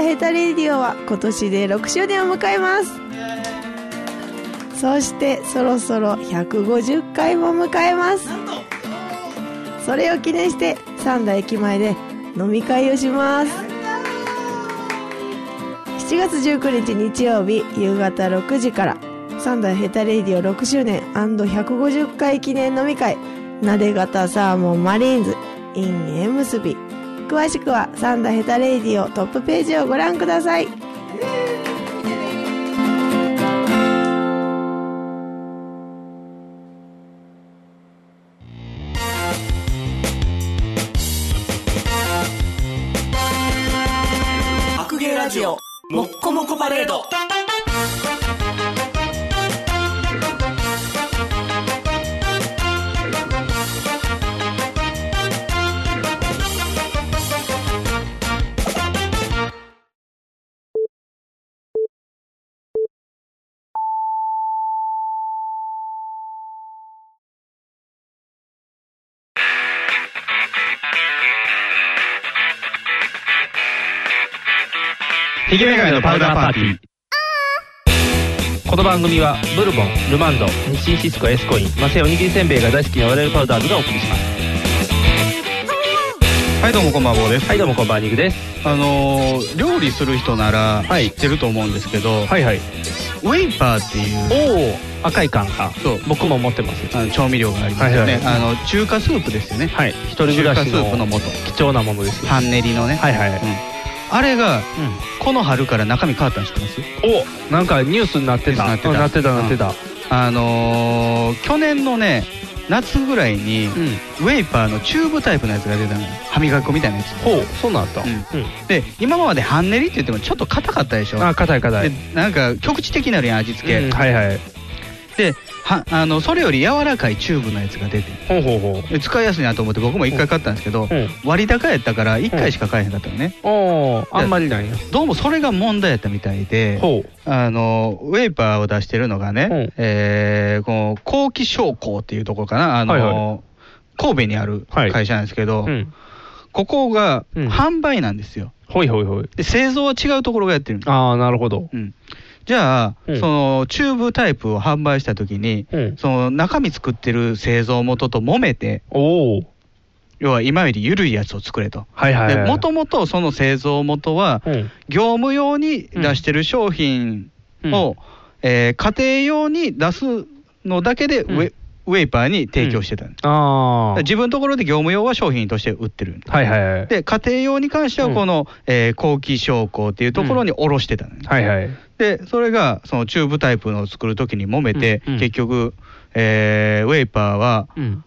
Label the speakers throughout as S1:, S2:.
S1: ネタレディオは今年で6周年を迎えますそしてそろそろ150回も迎えますそれを記念して三田駅前で飲み会をします7月19日日曜日夕方6時から三代ヘタレディオ6周年 &150 回記念飲み会なで型サーモンマリーンズ in 縁結び詳しくは三代ヘタレディオトップページをご覧ください
S2: 白芸ラジオもっこもこパレード
S3: ひげメガネのパウダーパーティー。この番組は、ブルボン、ルマンド、日清シスコ、エスコイン、マセイおにぎりせんべいが大好きな我々パウダーズがお送りします。
S4: はい、どうもこんばんは、坊です。
S3: はい、どうもこんばんは、ニグです。
S4: あのー、料理する人なら
S3: はい
S4: 知ってると思うんですけど、
S3: はいはい。
S4: ウェイパーっていう
S3: おお赤い缶か。
S4: そう
S3: 僕も持ってます。
S4: あの調味料がありますよね。
S3: はいは
S4: あの、中華スープですよね。
S3: はい。一人暮
S4: 中
S3: ら
S4: 華
S3: し
S4: スープの
S3: の
S4: 素。
S3: 貴重なものです。
S4: 半練りのね。
S3: はいはいはい。
S4: あれが、この春から中身変わったの知ってます
S3: うんおなんかニュースになってた。
S4: ニュースに
S3: な
S4: な
S3: っ
S4: っててた
S3: た、なってた。
S4: あのー、去年のね、夏ぐらい
S3: う
S4: に、
S3: ん。
S4: ウェイパーのチューブタイプのやつが出たのよ。歯磨き粉みたいなやつ。
S3: ほう、そうなんだ。
S4: うんで、今まで半練りって言ってもちょっと硬かったでしょ。
S3: あ、硬い硬い。
S4: で、なんか、局地的になるやん、味付け。
S3: うんはいはい。
S4: ではあのそれより柔らかいチューブのやつが出て
S3: ほうほうほ
S4: で使いやすいなと思って僕も1回買ったんですけど、
S3: う。うん。
S4: 割高やったから1回しか買えへんかったのね、
S3: おおあんまりないな。
S4: どうもそれが問題やったみたいで
S3: ほう。
S4: あのウェイパーを出してるのがね、
S3: うん
S4: えーこの後期商工っていうところかなあの、
S3: はいは
S4: 神戸にある
S3: はい
S4: 会社なんですけど、
S3: うん。
S4: ここが
S3: うん
S4: 販売なんですよ
S3: ほいほいほい。
S4: で製造は違うところがやってるんです
S3: ああ、なるほど。
S4: うん、じゃあ、
S3: うん
S4: そのチューブタイプを販売した時に、
S3: うん。
S4: その中身作ってる製造元と揉めて、
S3: おお
S4: 要は今より緩いやつを作れと。
S3: はいはい
S4: で
S3: はい。
S4: もともとその製造元は、
S3: うん。
S4: 業務用に出してる商品を、えー家庭用に出すのだけでウェ,、ウェイパーに提供してたんです、
S3: あ
S4: だ
S3: あ。
S4: から自分のところで業務用は商品として売ってる。
S3: はいはいはい。
S4: で、家庭用に関しては、この、えー後期商工っていうところに卸してたのね、
S3: はいはい。
S4: で、それが、そのチューブタイプのを作るときに揉めて、
S3: うんうん
S4: 結局、えーウェイパーは、
S3: うん。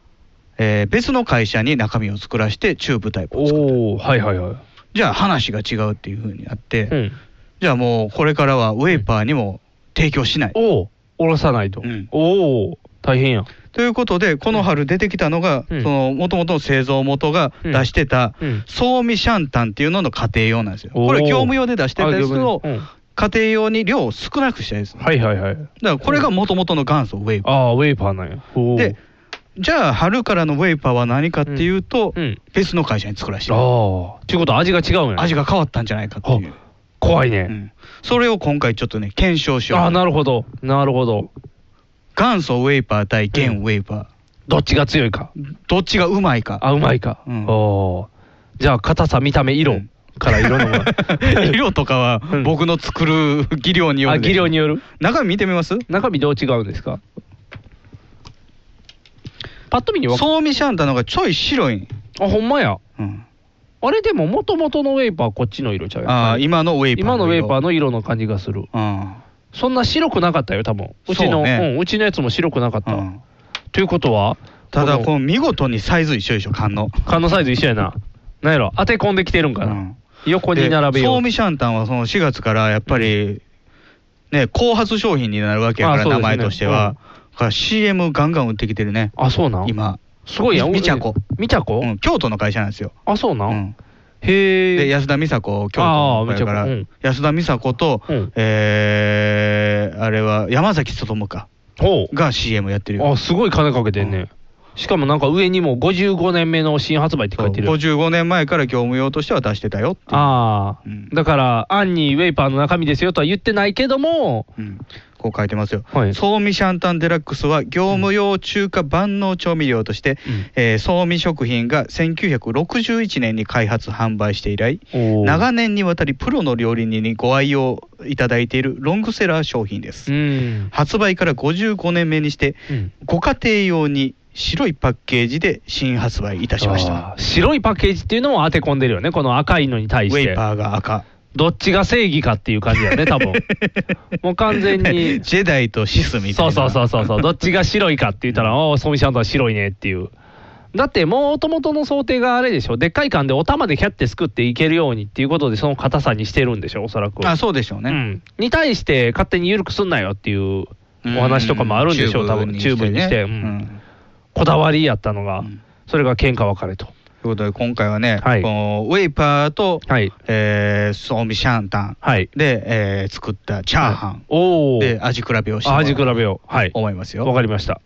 S4: えー別の会社に中身を作らせてチューブタイプを作る
S3: おおはいはいはい。
S4: じゃあ話が違うっていうふうになって、
S3: うん。
S4: じゃあもうこれからはウェイパーにも提供しない、
S3: おおおろさないと。
S4: うん
S3: おお大変やん。
S4: ということでこの春出てきたのが、
S3: うん
S4: その元々の製造元が
S3: うん
S4: 出してた、
S3: うん
S4: ソーミシャンタンっていうのの家庭用なんですよ
S3: おー
S4: これ業務用で出してたやつを
S3: あ業務用うん
S4: 家庭用に量を少なくしたやつだか
S3: はいはいはい。
S4: らこれが元々の元祖ウェイパー
S3: ああ、ウェイパーなんや。おー
S4: で、じゃあ春からのウェイパーは何かっていうと、
S3: うん。
S4: 別の会社に作らせてる
S3: ああ。ちゅうことは味が違うんや。
S4: 味が変わったんじゃないかっていう
S3: あ怖いうね。
S4: んそれを今回ちょっとね、検証しよう。
S3: ああ、なるほど。なるほど。
S4: 元祖ウェイパー対現ウェイパ
S3: どっちが強いか。
S4: ー。どっちがうまいか。
S3: あ、うまいか。
S4: うん
S3: おーじゃあ、硬さ、見た目、色
S4: うん
S3: からいろん なもの。
S4: 色とかは
S3: うん
S4: 僕の作る技量によ
S3: あ、
S4: るで
S3: 技量による。
S4: 中身見てみます
S3: 中身どう違うんですかパッと見にわか
S4: ソーミシャンタの方がちょい白い。
S3: あ、ほんまや。
S4: うん、
S3: あれでも元々のウェイパーこっちの色ちゃうやん
S4: ああ、今のウェイパー。
S3: 今のウェイパー
S4: の
S3: の色の感じがする。
S4: 色。うん
S3: そんな白くなかったよ、多分。うち
S4: そ
S3: の、
S4: うね
S3: うん、うちのやつも白くなかっ
S4: う
S3: た。
S4: ん
S3: ということは
S4: ただ、こ
S3: この
S4: の見事にサイズ一緒でしょ、缶の。
S3: 缶のサイズ一緒やな。なんやろ、当て込んできてるんかな。
S4: うん
S3: 横に
S4: で
S3: 並べよ
S4: ソ
S3: う
S4: ー。ミシャンタンはその4月からやっぱり、ね、後発商品になるわけやか
S3: あ
S4: ら、
S3: そうです
S4: 名
S3: ね
S4: 前としては。だから CM ガンガン売ってきてるね、
S3: あ、そうなん。
S4: 今。
S3: すごいやん。
S4: みみちゃこ。
S3: みちゃこ、
S4: うん、京都の会社なんですよ。
S3: あ、そうなん。
S4: うん
S3: へえ。
S4: で、安田美沙子、京都の会社から、
S3: あーみち
S4: 安田美沙子と、
S3: うん
S4: えー、あれは山崎努か
S3: ほう
S4: が CM やってるよ。
S3: あ、すごい金かけてんね。しかもなんか上にも55年目の新発売って書いてる。
S4: 55年前から業務用としては出してたよっていう
S3: ああ、
S4: うん
S3: だから、アンにウェイパーの中身ですよとは言ってないけども、
S4: うん、こう書いてますよ、
S3: はい
S4: ソーミシャンタンデラックスは業務用中華万能調味料として、
S3: うん
S4: えーソーミ食品が1961年に開発販売して以来
S3: おー
S4: 長年にわたりプロの料理人にご愛用いただいているロングセラー商品です、
S3: うん。
S4: 発売から55年目にして
S3: うん
S4: ご家庭用に白いパッケージで新発売いたしました
S3: あー白いパッケージっていうのも当て込んでるよね、この赤いのに
S4: ウ
S3: 対して。
S4: ェイパーが赤
S3: どっちが正義かっていう感じだよね、 多分もう完全に。
S4: ジェダイとシスみたい
S3: そう
S4: な
S3: そうそうそうそう、どっちが白いかって言った ら、おお、ソミシャンタン白いねっていう。だって、もともとの想定があれでしょ、でっかい缶でお玉でキャッてすくっていけるようにっていうことで、その硬さにしてるんでしょ、おそらく。
S4: あそうでしょうね、
S3: うん、に対して、勝手に緩くすんなよっていうお話とかもあるんでしょう、多分チューブにして、
S4: う
S3: うんん
S4: うん
S3: こだわりやったのが、
S4: うん
S3: それが喧嘩別れと。
S4: ということで、今回はね、
S3: はい
S4: このウェイパーと、
S3: はい
S4: えーソーミシャンタン
S3: はい
S4: で、えー作ったチャーハン
S3: おお、
S4: で味比べをしてもらおう
S3: 味比べを、はい、
S4: 思いますよ。
S3: わかりました。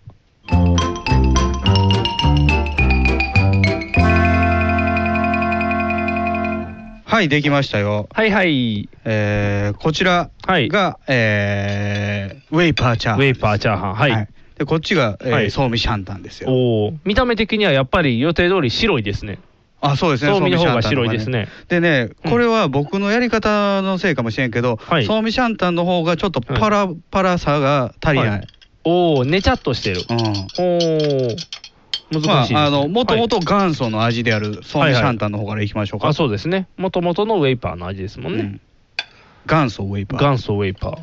S4: はい、できましたよ。
S3: はいはい、
S4: えーこちらが、
S3: はい
S4: えーウェイパーチャー
S3: ウ
S4: ハン
S3: ェ
S4: で
S3: イ
S4: す。
S3: パーチャーハン、はい。
S4: で、こっちが、えー
S3: はい
S4: ソーミシャンタンですよ。
S3: おお、見た目的にはやっぱり予定通り白いですね。
S4: あ、そうですね。
S3: そう見る方が
S4: ソーミシャンタンの
S3: 白いですね。
S4: でね、
S3: うん
S4: これは僕のやり方のせいかもしれんけど、
S3: はい
S4: ソーミシャンタンの方がちょっとパラパラさが足りない。
S3: おお、ねちゃっとしてる。
S4: うん。
S3: おお、難しいです、ね
S4: まあ、あの、もとも
S3: は
S4: と元祖の味であるソーミシャンタンの方からいきましょう
S3: い
S4: か。
S3: あ、そうですね。もともとのウェイパーの味ですもん
S4: う
S3: ね。
S4: ん元祖ウェイパー。
S3: 元祖ウェイパー。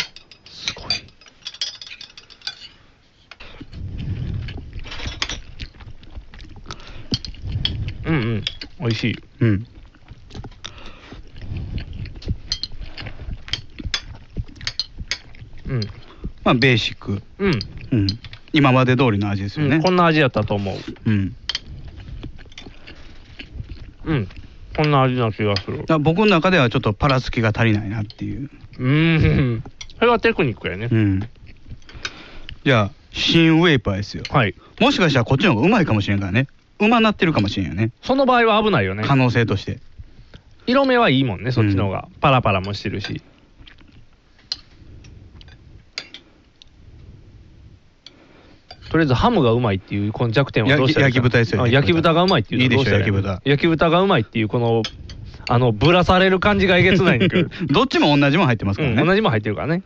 S3: すごい。うんうん、美味しい。
S4: うん。
S3: うん。
S4: まあ、ベーシック。
S3: うん。
S4: うん。今まで通りの味ですよ
S3: う
S4: ね
S3: ん、こ。んな味やったと思う。
S4: うん。
S3: うん。こんな味な気がする。
S4: だ僕の中ではちょっとパラつきが足りないなっていう。
S3: うん。 それはテクニックやね
S4: う。ん。じゃあ、新ウェイパーですよ。
S3: はい。
S4: もしかしたらこっちの方がうまいかもしれんからね。うまなってるかもしれんよね。
S3: その場合は危ないよね。
S4: 可能性として。
S3: 色目はいいもんね、そっちの方が。パラパラもしてるし。とりあえずハムがうまいっていうこの弱点はどうしたらいいか
S4: や焼き豚ですよ
S3: あ焼き豚がうまいっていうのはい
S4: いでし
S3: ど
S4: ょ
S3: うしたらの
S4: 焼き豚
S3: 焼き豚がうまいっていうこのあのぶらされる感じがえげつないんだけ ど、
S4: どっちも同じもん入ってます
S3: う
S4: からね。
S3: ん、同じもん入ってるからね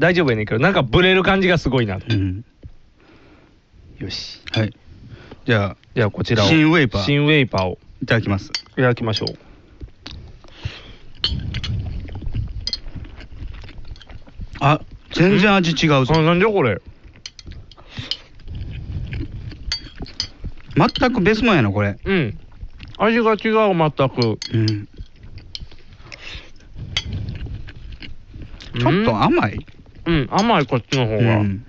S3: 大丈夫やねんけどなんかぶれる感じがすごいなと、
S4: うん。
S3: よし
S4: はい。じゃあ、
S3: じゃあこちらを
S4: 新ウェイパー
S3: 新ウェイパーを
S4: いただきま
S3: い
S4: す。
S3: ただきましょう
S4: あ、全然味違うぞ。
S3: あなんじゃこれ
S4: 全く別もんやな、これ。
S3: うん味が違う全く
S4: うん。ちょっと甘い、
S3: うん、甘いこっちの方
S4: う
S3: が。
S4: ん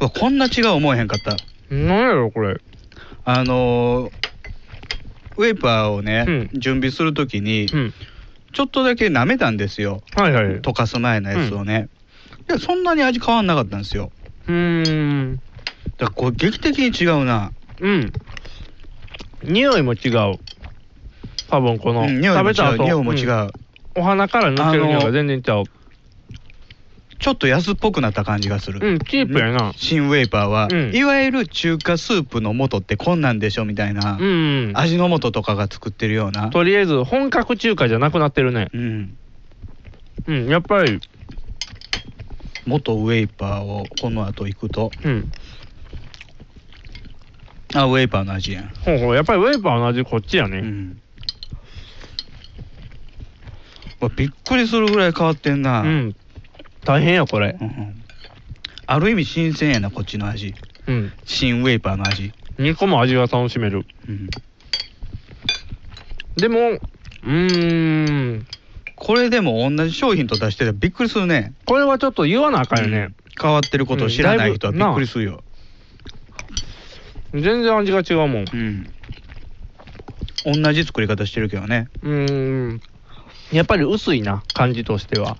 S4: うわこんな違う思えへんかった。
S3: なんやろ、これ。
S4: あのーウェーパーをね、
S3: うん
S4: 準備するときに、
S3: うん。
S4: ちょっとだけ舐めたんですよ。
S3: はいはい。う
S4: 溶かす前のやつをね。で、そんなに味変わんなかったんですよ。
S3: ーん。
S4: だからこれ劇的に違うな。
S3: うん。匂いも違う。多分この、
S4: うん匂い
S3: 食
S4: も
S3: べた
S4: 違う、
S3: 後
S4: 匂いも違う、
S3: んお花から抜ける匂いが全然ちゃう。
S4: ちょっと安っぽくなった感じがする。
S3: うん、チープやな。
S4: 新ウェーパーは、
S3: うん
S4: いわゆる中華スープの素ってこんなんでしょみたいな、
S3: うん。
S4: 味の素とかが作ってるような、
S3: とりあえず、本格中華じゃなくなってるね。
S4: うん、
S3: うん、やっぱり、
S4: 元ウェーパーをこの後行くと
S3: うん。
S4: あウェーパーの味やん、
S3: ほうほう、やっぱりウェイパーの味こっちやね。
S4: うん、うわびっくりするぐらい変わってんな、
S3: うん。大変や、これ
S4: う。んある意味新鮮やなこっちの味
S3: うん。
S4: 新ウェーパーの味、
S3: 2個も味が楽しめる。
S4: うん、
S3: でも、うーん。
S4: これでも同じ商品と出してたらびっくりするね
S3: これはちょっと言わなあかんよね。
S4: 変わってることを知らない人はびっくりするよ、
S3: 全然味が違うもん。う
S4: うん同じ作り方してるけどね
S3: ーん。やっぱり薄いな、感じとしては。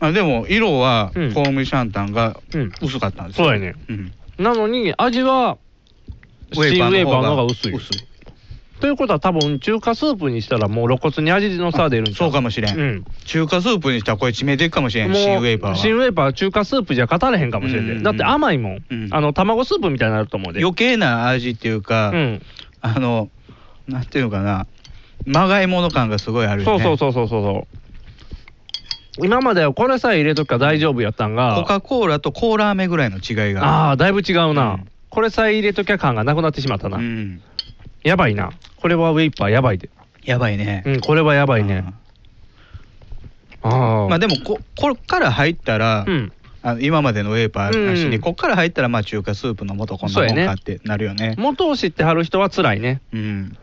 S4: あでも色は
S3: うん
S4: コウムシシャンタンが
S3: うん
S4: 薄かったんです
S3: そう
S4: よ、
S3: やね
S4: うん
S3: なのに味はスチームウェーバーの方が薄い
S4: 薄い
S3: ということは多分中華スープにしたらもう露骨に味の差出るんちゃ
S4: そうかもしれん、
S3: うん
S4: 中華スープにしたらこれ致命的かもしれん
S3: もう
S4: 新ウェーバーは
S3: 新ウェーバーは中華スープじゃ勝たれへんかもしれ
S4: うんん
S3: でだって甘いもん、
S4: うん
S3: あの卵スープみたいになると思うで
S4: 余計な味っていうか、
S3: うん、
S4: あのなんていうのかなまがいもの感がすごいある
S3: そ
S4: よ
S3: う
S4: ね
S3: そうそうそうそうそう今まではこれさえ入れときゃ大丈夫やったんが
S4: コカ・コーラとコーラ飴ぐらいの違いがあ
S3: ああだいぶ違うな、
S4: うん
S3: これさえ入れときゃ感がなくなってしまったな、
S4: うん、
S3: やばいなこれはウェイパーやばいで
S4: やばいね、
S3: うんこれはやばいねああ
S4: うんまあでもここっから入ったら、
S3: うん
S4: あの今までのウェーパーなしに、
S3: うん
S4: こっから入ったらまあ中華スープの素こんなもんかってなるよね
S3: 元を知ってはる人は辛いね
S4: うん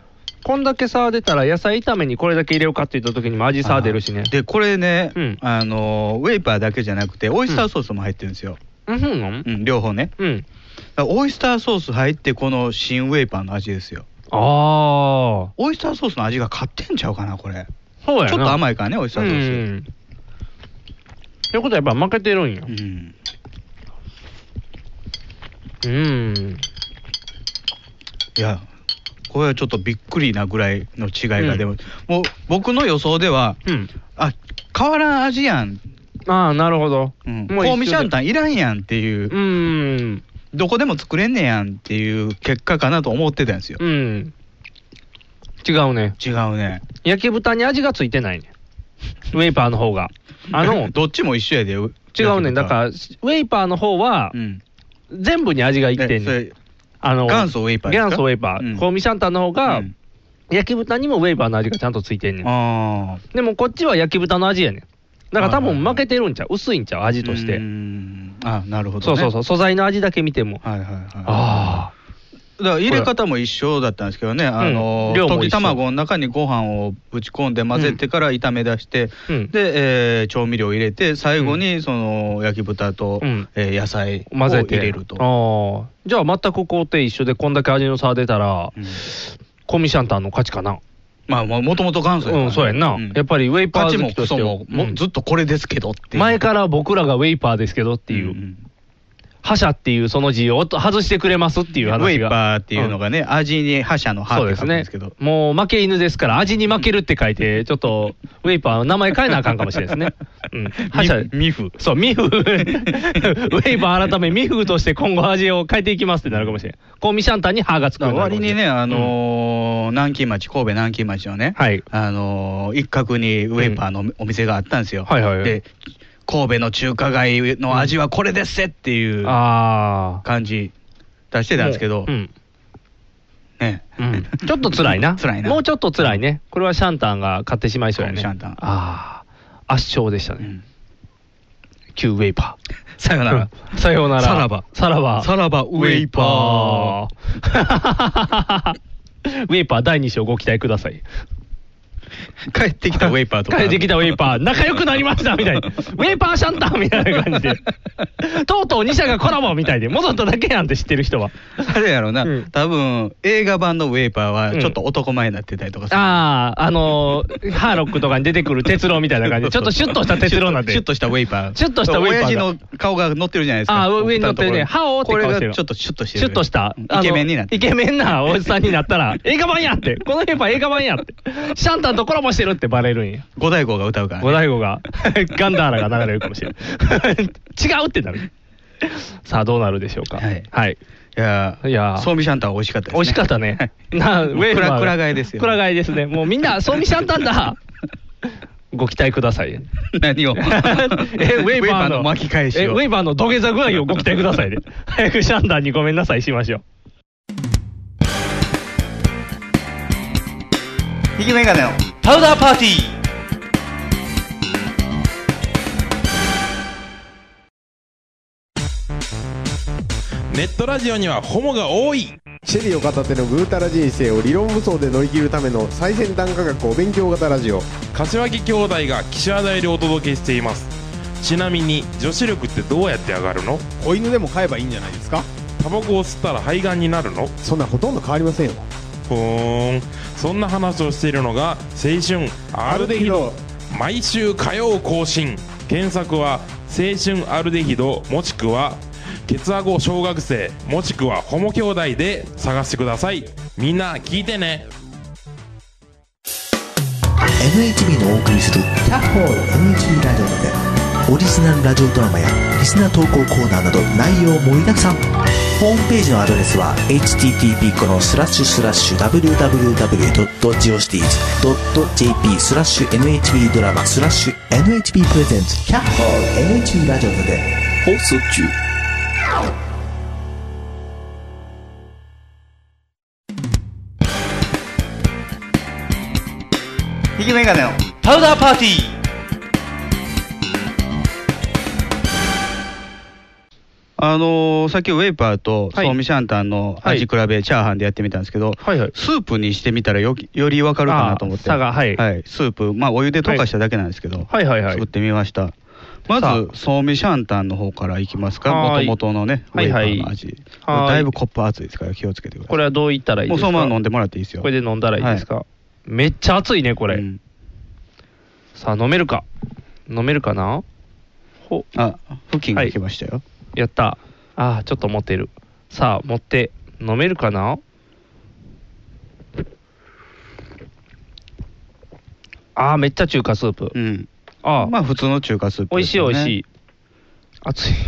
S3: こんだけ差出たら野菜炒めにこれだけ入れようかって言った時にも味差出るしね
S4: でこれね、
S3: うん
S4: あのウェーパーだけじゃなくてオイスターソースも入ってるんですよ、
S3: うんそうなん
S4: うん両方ね
S3: うん
S4: だからオイスターソース入ってこの新ウェーパーの味ですよ
S3: ああ
S4: オイスターソースの味が勝ってんちゃうかなこれ
S3: そうやな
S4: ちょっと
S3: い
S4: 甘いからねオイスターソ
S3: う
S4: ー
S3: んということはやっぱ負けてるんや
S4: スうん
S3: うん
S4: いやこれはちょっとびっくりなぐらいの違いが
S3: うん
S4: でも、もう僕の予想では
S3: うん
S4: あ変わらん味やん、
S3: ああなるほど
S4: うん、
S3: もう一緒で
S4: 香味シャンタンいらんやんっていう、
S3: うん
S4: どこでも作れんねやんっていう結果かなと思ってたんですよ、
S3: うん違うね
S4: 違うね
S3: 焼き豚に味がついてない ねウェイパーの方があの
S4: どっちも一緒やで違う
S3: 違うねだからウェイパーの方は
S4: うん
S3: 全部に味がいってんねん
S4: え
S3: あの
S4: それ元祖ウェイパーですか
S3: 元祖ウェイパ
S4: う
S3: ー
S4: ん
S3: 香味シャンタンの方が
S4: うん
S3: 焼き豚にもウェイパーの味がちゃんとついてんねん
S4: ああ
S3: でもこっちは焼き豚の味やねん。だから多
S4: は
S3: 分
S4: いはいはい
S3: 負けてるんちゃう薄いんちゃう味とし
S4: うー
S3: て。
S4: んあなるほど、
S3: そう
S4: ね、
S3: そうそうう、素材の味だけ見ても。
S4: はいはいはい
S3: あ
S4: だから入れ方も一緒だったんですけどね、あの
S3: 量も
S4: 溶
S3: 一緒
S4: き卵の中にご飯をぶち込んで混ぜてから炒め出して、
S3: うん
S4: で、えー調味料を入れて、最後にその焼き豚と、
S3: うん
S4: えー野菜
S3: あ、
S4: を
S3: 混ぜ
S4: 入
S3: て。
S4: れると。
S3: ああ。じゃあ全く工程一緒でこんだけ味の差出たら
S4: う、ん
S3: コミシャンタンの勝ちかな。
S4: まあ、もともと元祖から
S3: うん、そうやんな。やっぱりウェイパ
S4: 価値
S3: ー好
S4: も
S3: きと
S4: ク
S3: して
S4: ソ
S3: は
S4: も、も
S3: う
S4: うんずっとこれですけどっていう。
S3: 前
S4: っ
S3: から僕らがウェイパーですけどっていう、覇者っていうその字を外してくれますっていう
S4: ウ
S3: 話が。
S4: ェイパーっていうのがね、味に覇者の
S3: そ
S4: 覇
S3: う
S4: って
S3: です
S4: 書くん
S3: ね
S4: ですけど。。
S3: もう負け犬ですから、味に負けるって書いて、ちょっ と、ウェイパー、名前変えなあかんかもしれないですね。うん。覇者
S4: ミフ。
S3: そう、ミフ、ウェイバー改めミフとして今後味を変えていきますってなるかもしれない。コンミシャンタンに歯がつくようになるか
S4: 割
S3: もしれ
S4: に
S3: ん
S4: ね、あのー南京町、神戸南京町のね、
S3: はい
S4: あのー一角にウェイパーのお店があったんですよ。
S3: はいはいはい
S4: で、神戸の中華街の味はこれですせっていう
S3: ああ。
S4: 感じ出してたんですけど、
S3: うん。
S4: ね、
S3: うん。ちょっと辛いな。
S4: 辛いな
S3: もうちょっと辛いね。これはシャンタンが買ってしまいそうやね。
S4: シャンタン
S3: ああ。圧勝でした
S4: う
S3: ね。
S4: ん
S3: 旧ウェイパー。
S4: さよなら。
S3: さようなら。
S4: さらば
S3: さらば。
S4: さらばウェイパー。
S3: ー。ウェイパー第2章ご期待く ださい。
S4: 帰ってきたウェイパーとか。
S3: 帰ってきたウェイパー、仲良くなりましたみた いな。ウェイパーシャンタンみたいな感じで。とうとう2社がコラボみたいで、戻っただけやんって知ってる人は。
S4: あれやろな、
S3: うん
S4: 多分映画版のウェイパーはちょっと男前になってたりとかする
S3: ああ、あのーハーロックとかに出てくる鉄郎みたいな感じで、ちょっとシュッとした鉄郎なんで。
S4: シュッとしたウェイパー。
S3: シュッとしたウェイパーが
S4: 親父の顔が乗ってるじゃないですか。
S3: あー上に乗ってるね
S4: お二人のところ
S3: 歯を折って顔してる
S4: これがちょっとシュッとしてる。
S3: シュッとした。
S4: イケメンになって
S3: イケメンなおじさんになったら、映画版やって。このウェイパー映画版やって。シャンタンとコラボしてるってバレるんや。
S4: 五大号が歌うから、
S3: 五
S4: ね。
S3: 大悟が、 ガンダーラが流れるかも しれない。違うってなる。さあ、どうなるでしょうか。
S4: はい
S3: はい
S4: いやー、
S3: いやー
S4: 装備シャンタンは美味しかったです、ね。
S3: 美味しかったね。な、ウェーバー
S4: くら替えですよ
S3: くら替えですね。もうみんな、そうみしちゃったんだ。ご期待くだ さい。 え、
S4: 何を
S3: ウェーバーの
S4: 巻き返しを。
S3: えウェーバーの土下座具合をご期待くださいね。早くシャンダンにごめんなさいしましょう。
S4: 引きメガネを。
S2: パウダーパーティー
S5: ネットラジオにはホモが多い
S6: シェリーを片手のぐうたら人生を理論武装で乗り切るための最先端科学お勉強型ラジオ
S5: 柏木兄弟が岸和田よりお届けしていますちなみに女子力ってどうやって上がるの
S6: 子犬でも飼えばいいんじゃないですか
S5: タバコを吸ったら肺がんになるの
S6: そんなほとんど変わりませんよ
S5: ふーんそんな話をしているのが青春アルデヒド毎週火曜更新検索は青春アルデヒドもしくはケツアゴ小学生もしくはホモ兄弟で探してくださいみんな聞いてね
S7: NHB のお送りする「キャッホール NHB ラジオ」でオリジナルラジオドラマやリスナー投稿コーナーなど内容盛りだくさんホームページのアドレスは http このスラッシュスラッシュ www.geocities.jp スラッシュ NHB ドラマスラッシュ NHB プレゼンツキャッホール NHB ラジオで
S8: 放送中
S4: ひきメガネの
S9: パウダーパーティー
S4: あのーさっきウェイパーと
S3: はい
S4: ソーミシャンタンの味比べチャーハンでやってみたんですけど、
S3: はいはい。
S4: スープにしてみたらよきより分かるかなと思っ
S3: あ
S4: て
S3: 差が、はい。
S4: はい、スープ、まあ、お湯で溶かしただけなんですけど、
S3: はいはいはい
S4: 作っ。てみましたま
S3: さあ
S4: ずソーミシャンタンの方からいきますかも
S3: はー
S4: と
S3: い
S4: もとのねウ
S3: は
S4: ェ
S3: い
S4: イ
S3: はい
S4: パーの味
S3: はーい
S4: だいぶコップ熱いですから気をつけてください
S3: これはどう言ったらいい
S4: も
S3: です
S4: うそ
S3: か
S4: のまま飲んでもらっていいですよ
S3: これで飲んだらいいですか、めっちゃ熱いね、これ。
S4: うん
S3: さあ、飲めるか。飲めるかなほ、
S4: あ布巾が来ましたよ、
S3: やった。ああ、ちょっと持ってる。さあ、持って。飲めるかなああ、めっちゃ中華スープ。
S4: うん
S3: ああ、
S4: まあ普通の中華スープ
S3: 美味しい美味し
S4: い
S3: い。熱い。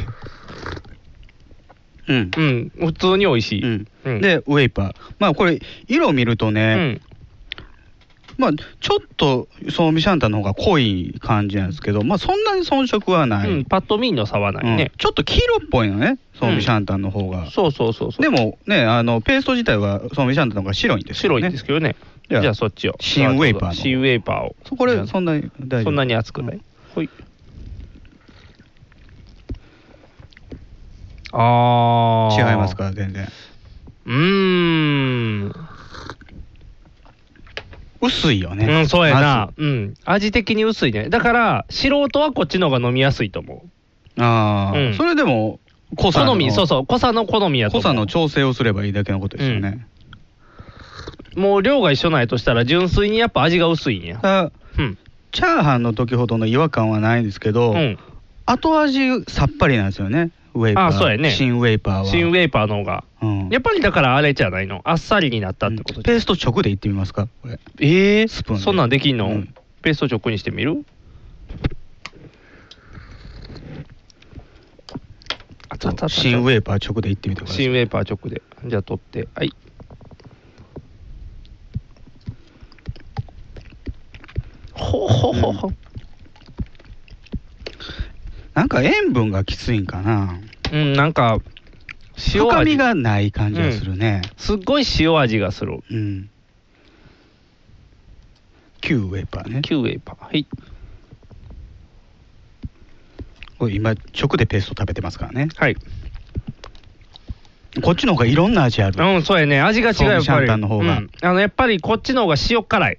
S4: うん
S3: うん、普通に美味しい。
S4: う、
S3: うんん
S4: でウェイパーまあこれ色を見ると
S3: う
S4: ね、
S3: ん
S4: まあちょっとソーミシャンタンの方が濃い感じなんですけどまあそんなに遜色はない、
S3: うん、パッと見の差はないね
S4: うん。ちょっと黄色っぽいのねソーミシャンタンの方が、
S3: そうそうそうそう。
S4: でもねあのペースト自体はソーミシャンタンの方が白いんですよ
S3: 白
S4: ね
S3: いんですけどね。
S4: じ
S3: じ
S4: ゃ
S3: ゃ
S4: あ
S3: あそっちを。
S4: 新ウェイパーの
S3: 新ウェイパーを。
S4: そこ
S3: じゃ
S4: れ
S3: あ
S4: そんなに大
S3: そ
S4: 丈夫
S3: んなに熱くない。ほい。あ
S4: 違い
S3: ー。
S4: ますから全然
S3: うーん。
S4: 薄いよね
S3: うん、そうや
S4: ま
S3: な。うん。味的に薄いね。だから、素人はこっちの方が飲みやすいと思う。
S4: ずああ、
S3: うん
S4: それでも濃さの
S3: 好み、そうそう。濃さの好みやと
S4: 濃
S3: 思
S4: さ
S3: う。
S4: の調整をすればいいだけのことですよね、
S3: もう量が一緒ないとしたら、純粋にやっぱ味が薄いんや。
S4: あ
S3: うん。
S4: チャーハンの時ほどの違和感はないんですけど、
S3: うん。
S4: 後味さっぱりなんですよねウェイパー
S3: あそうやね
S4: 新ウェイパーは
S3: 新ウェイパーの方が。
S4: うん
S3: やっぱりだからあれじゃないのあっさりになったってこ
S4: う
S3: と
S4: ん
S3: じゃ
S4: ペ
S3: ん
S4: ースト直でいってみますかこれ
S3: ええ
S4: スプーンで
S3: そんなんできんの、
S4: うん
S3: ペースト直にしてみるあたたたた
S4: 新ウェイパー直でいってみてください
S3: 新ウェーパー直でじゃあ取ってはいほほほほ
S4: なんか塩分がきついんかな
S3: うん、なんか塩味
S4: 深みがない感じがするね
S3: すっごい塩味がする
S4: うん旧ウェイパーね
S3: 旧ウェーパーはい
S4: これ今直でペースト食べてますからね
S3: はい
S4: こっちの方がいろんな味ある
S3: うんそうやね味が違うやっ
S4: ソーミシ
S3: ぱ
S4: ャン
S3: り
S4: タンの方が
S3: うんあのやっぱりこっちの方が塩辛い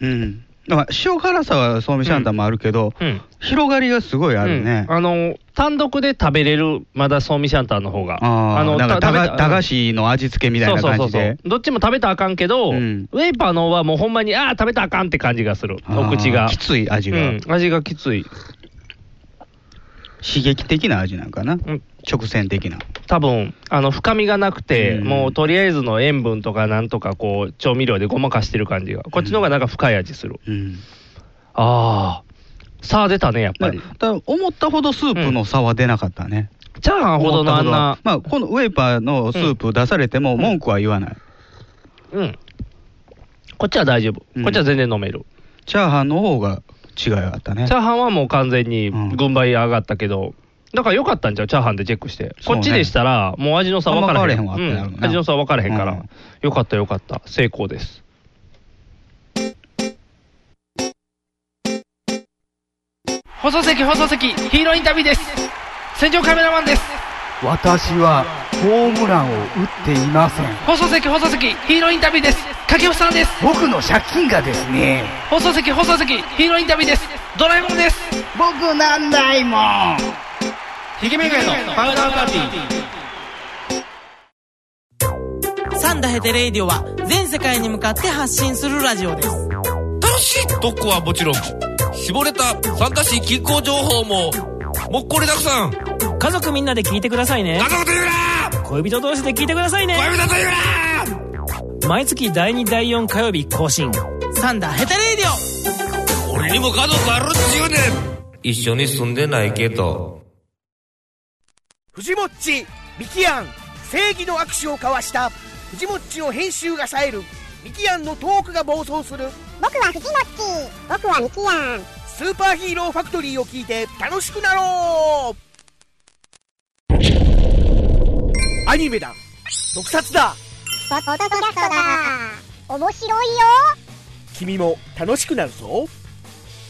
S4: うんだから塩辛さはそうめんシャンタンもあるけど、
S3: うん
S4: 広がりがすごいあるね、
S3: うんあの単独で食べれるまだソーミシャンタンの方が
S4: ああ
S3: の
S4: なんか
S3: た食
S4: 駄
S3: べ
S4: 菓
S3: た
S4: 駄菓子の味付けみたいな感じで
S3: どっちも食べたらあかんけど、
S4: うん
S3: ウェイパーの方はもうほんまにああ食べたらあかんって感じがする
S4: あー
S3: お口が
S4: きつい味が、
S3: うん、味がきつい、
S4: 刺激的な味なんかな、
S3: うん
S4: 直線的な
S3: 多分あの深みがなくて、
S4: うん
S3: もうとりあえずの塩分とかなんとかこう調味料でごまかしてる感じがこっちの方がなんか深い味する、
S4: うん
S3: ああさあ出たねやっぱ
S4: だ
S3: り
S4: だ思ったほどスープの差は出なかったね、
S3: チャーハンほどのあんな
S4: 思ったほどまあこのウェイパーのスープ出されても文句は言わない、
S3: うんこっちは大丈夫、
S4: うん
S3: こっちは全然飲める
S4: チャーハンの方が違いがあったね
S3: チャーハンはもう完全に軍配上がったけど、だから良かったんじゃうチャーハンでチェックして、
S4: そ
S3: こ
S4: うね
S3: っちでしたら、もう味の差分からへん
S4: あんま変わらへんわってなる
S3: う
S4: なん
S3: 味の差分からへんから、
S4: うん
S3: よかったよかった成功です
S9: 放送席放送席ヒーローインタビューです戦場カメラマンです私はホームランを打っていません放送席放送席ヒーローインタビューです掛布さんです僕の借金がですね放送席放送席ヒーローインタビューですドラえもんです僕なんだいもんひげめがえのパウダーパーティー
S2: サンダヘテレイディオは全世界に向かって発信するラジオです
S9: 楽しい特攻はもちろん
S8: 絞れた参加し気候情報ももっこりだくさん
S2: 家族みんなで聞いてくださいね
S8: 家族と言うな
S2: 恋人同士で聞いてくださいね
S8: 恋人と言う
S2: 毎月第2第4火曜日更新サンダーヘタレーディオ
S8: な俺にも家族あるっちゅうねん一緒に住んでないけど
S10: 藤もっちミキアン正義の握手を交わした藤もっちの編集が冴えるミキアンのトークが暴走する
S11: 僕はフジモッチ僕はミキヤン
S10: スーパーヒーローファクトリーを聞いて楽しくなろうアニメだ特撮だ
S11: ポッドキャストだ面白いよ
S10: 君も楽しくなるぞ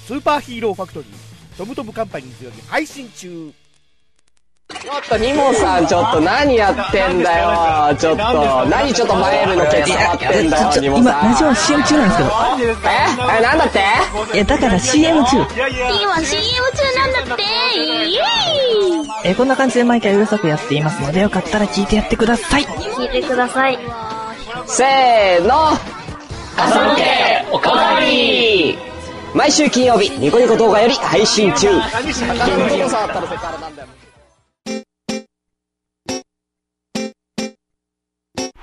S10: スーパーヒーローファクトリートムトムカンパニーズより配信中
S12: ちょっとニモさんちょっと何やってんだよちょっと何ちょっと前るのケツ触ってんだよニモ
S13: 今、
S12: さん
S13: ラジオ CM 中なんですけど。
S12: ええなんだって
S13: いや、だから CM 中。
S11: 今 CM 中なんだってイエーイ
S13: え、こんな感じで毎回うるさくやっていますので、よかったら聞いてやってください。
S11: 聞いてください
S12: せーの朝向けおかわり毎週金曜日ニコニコ動画より配信中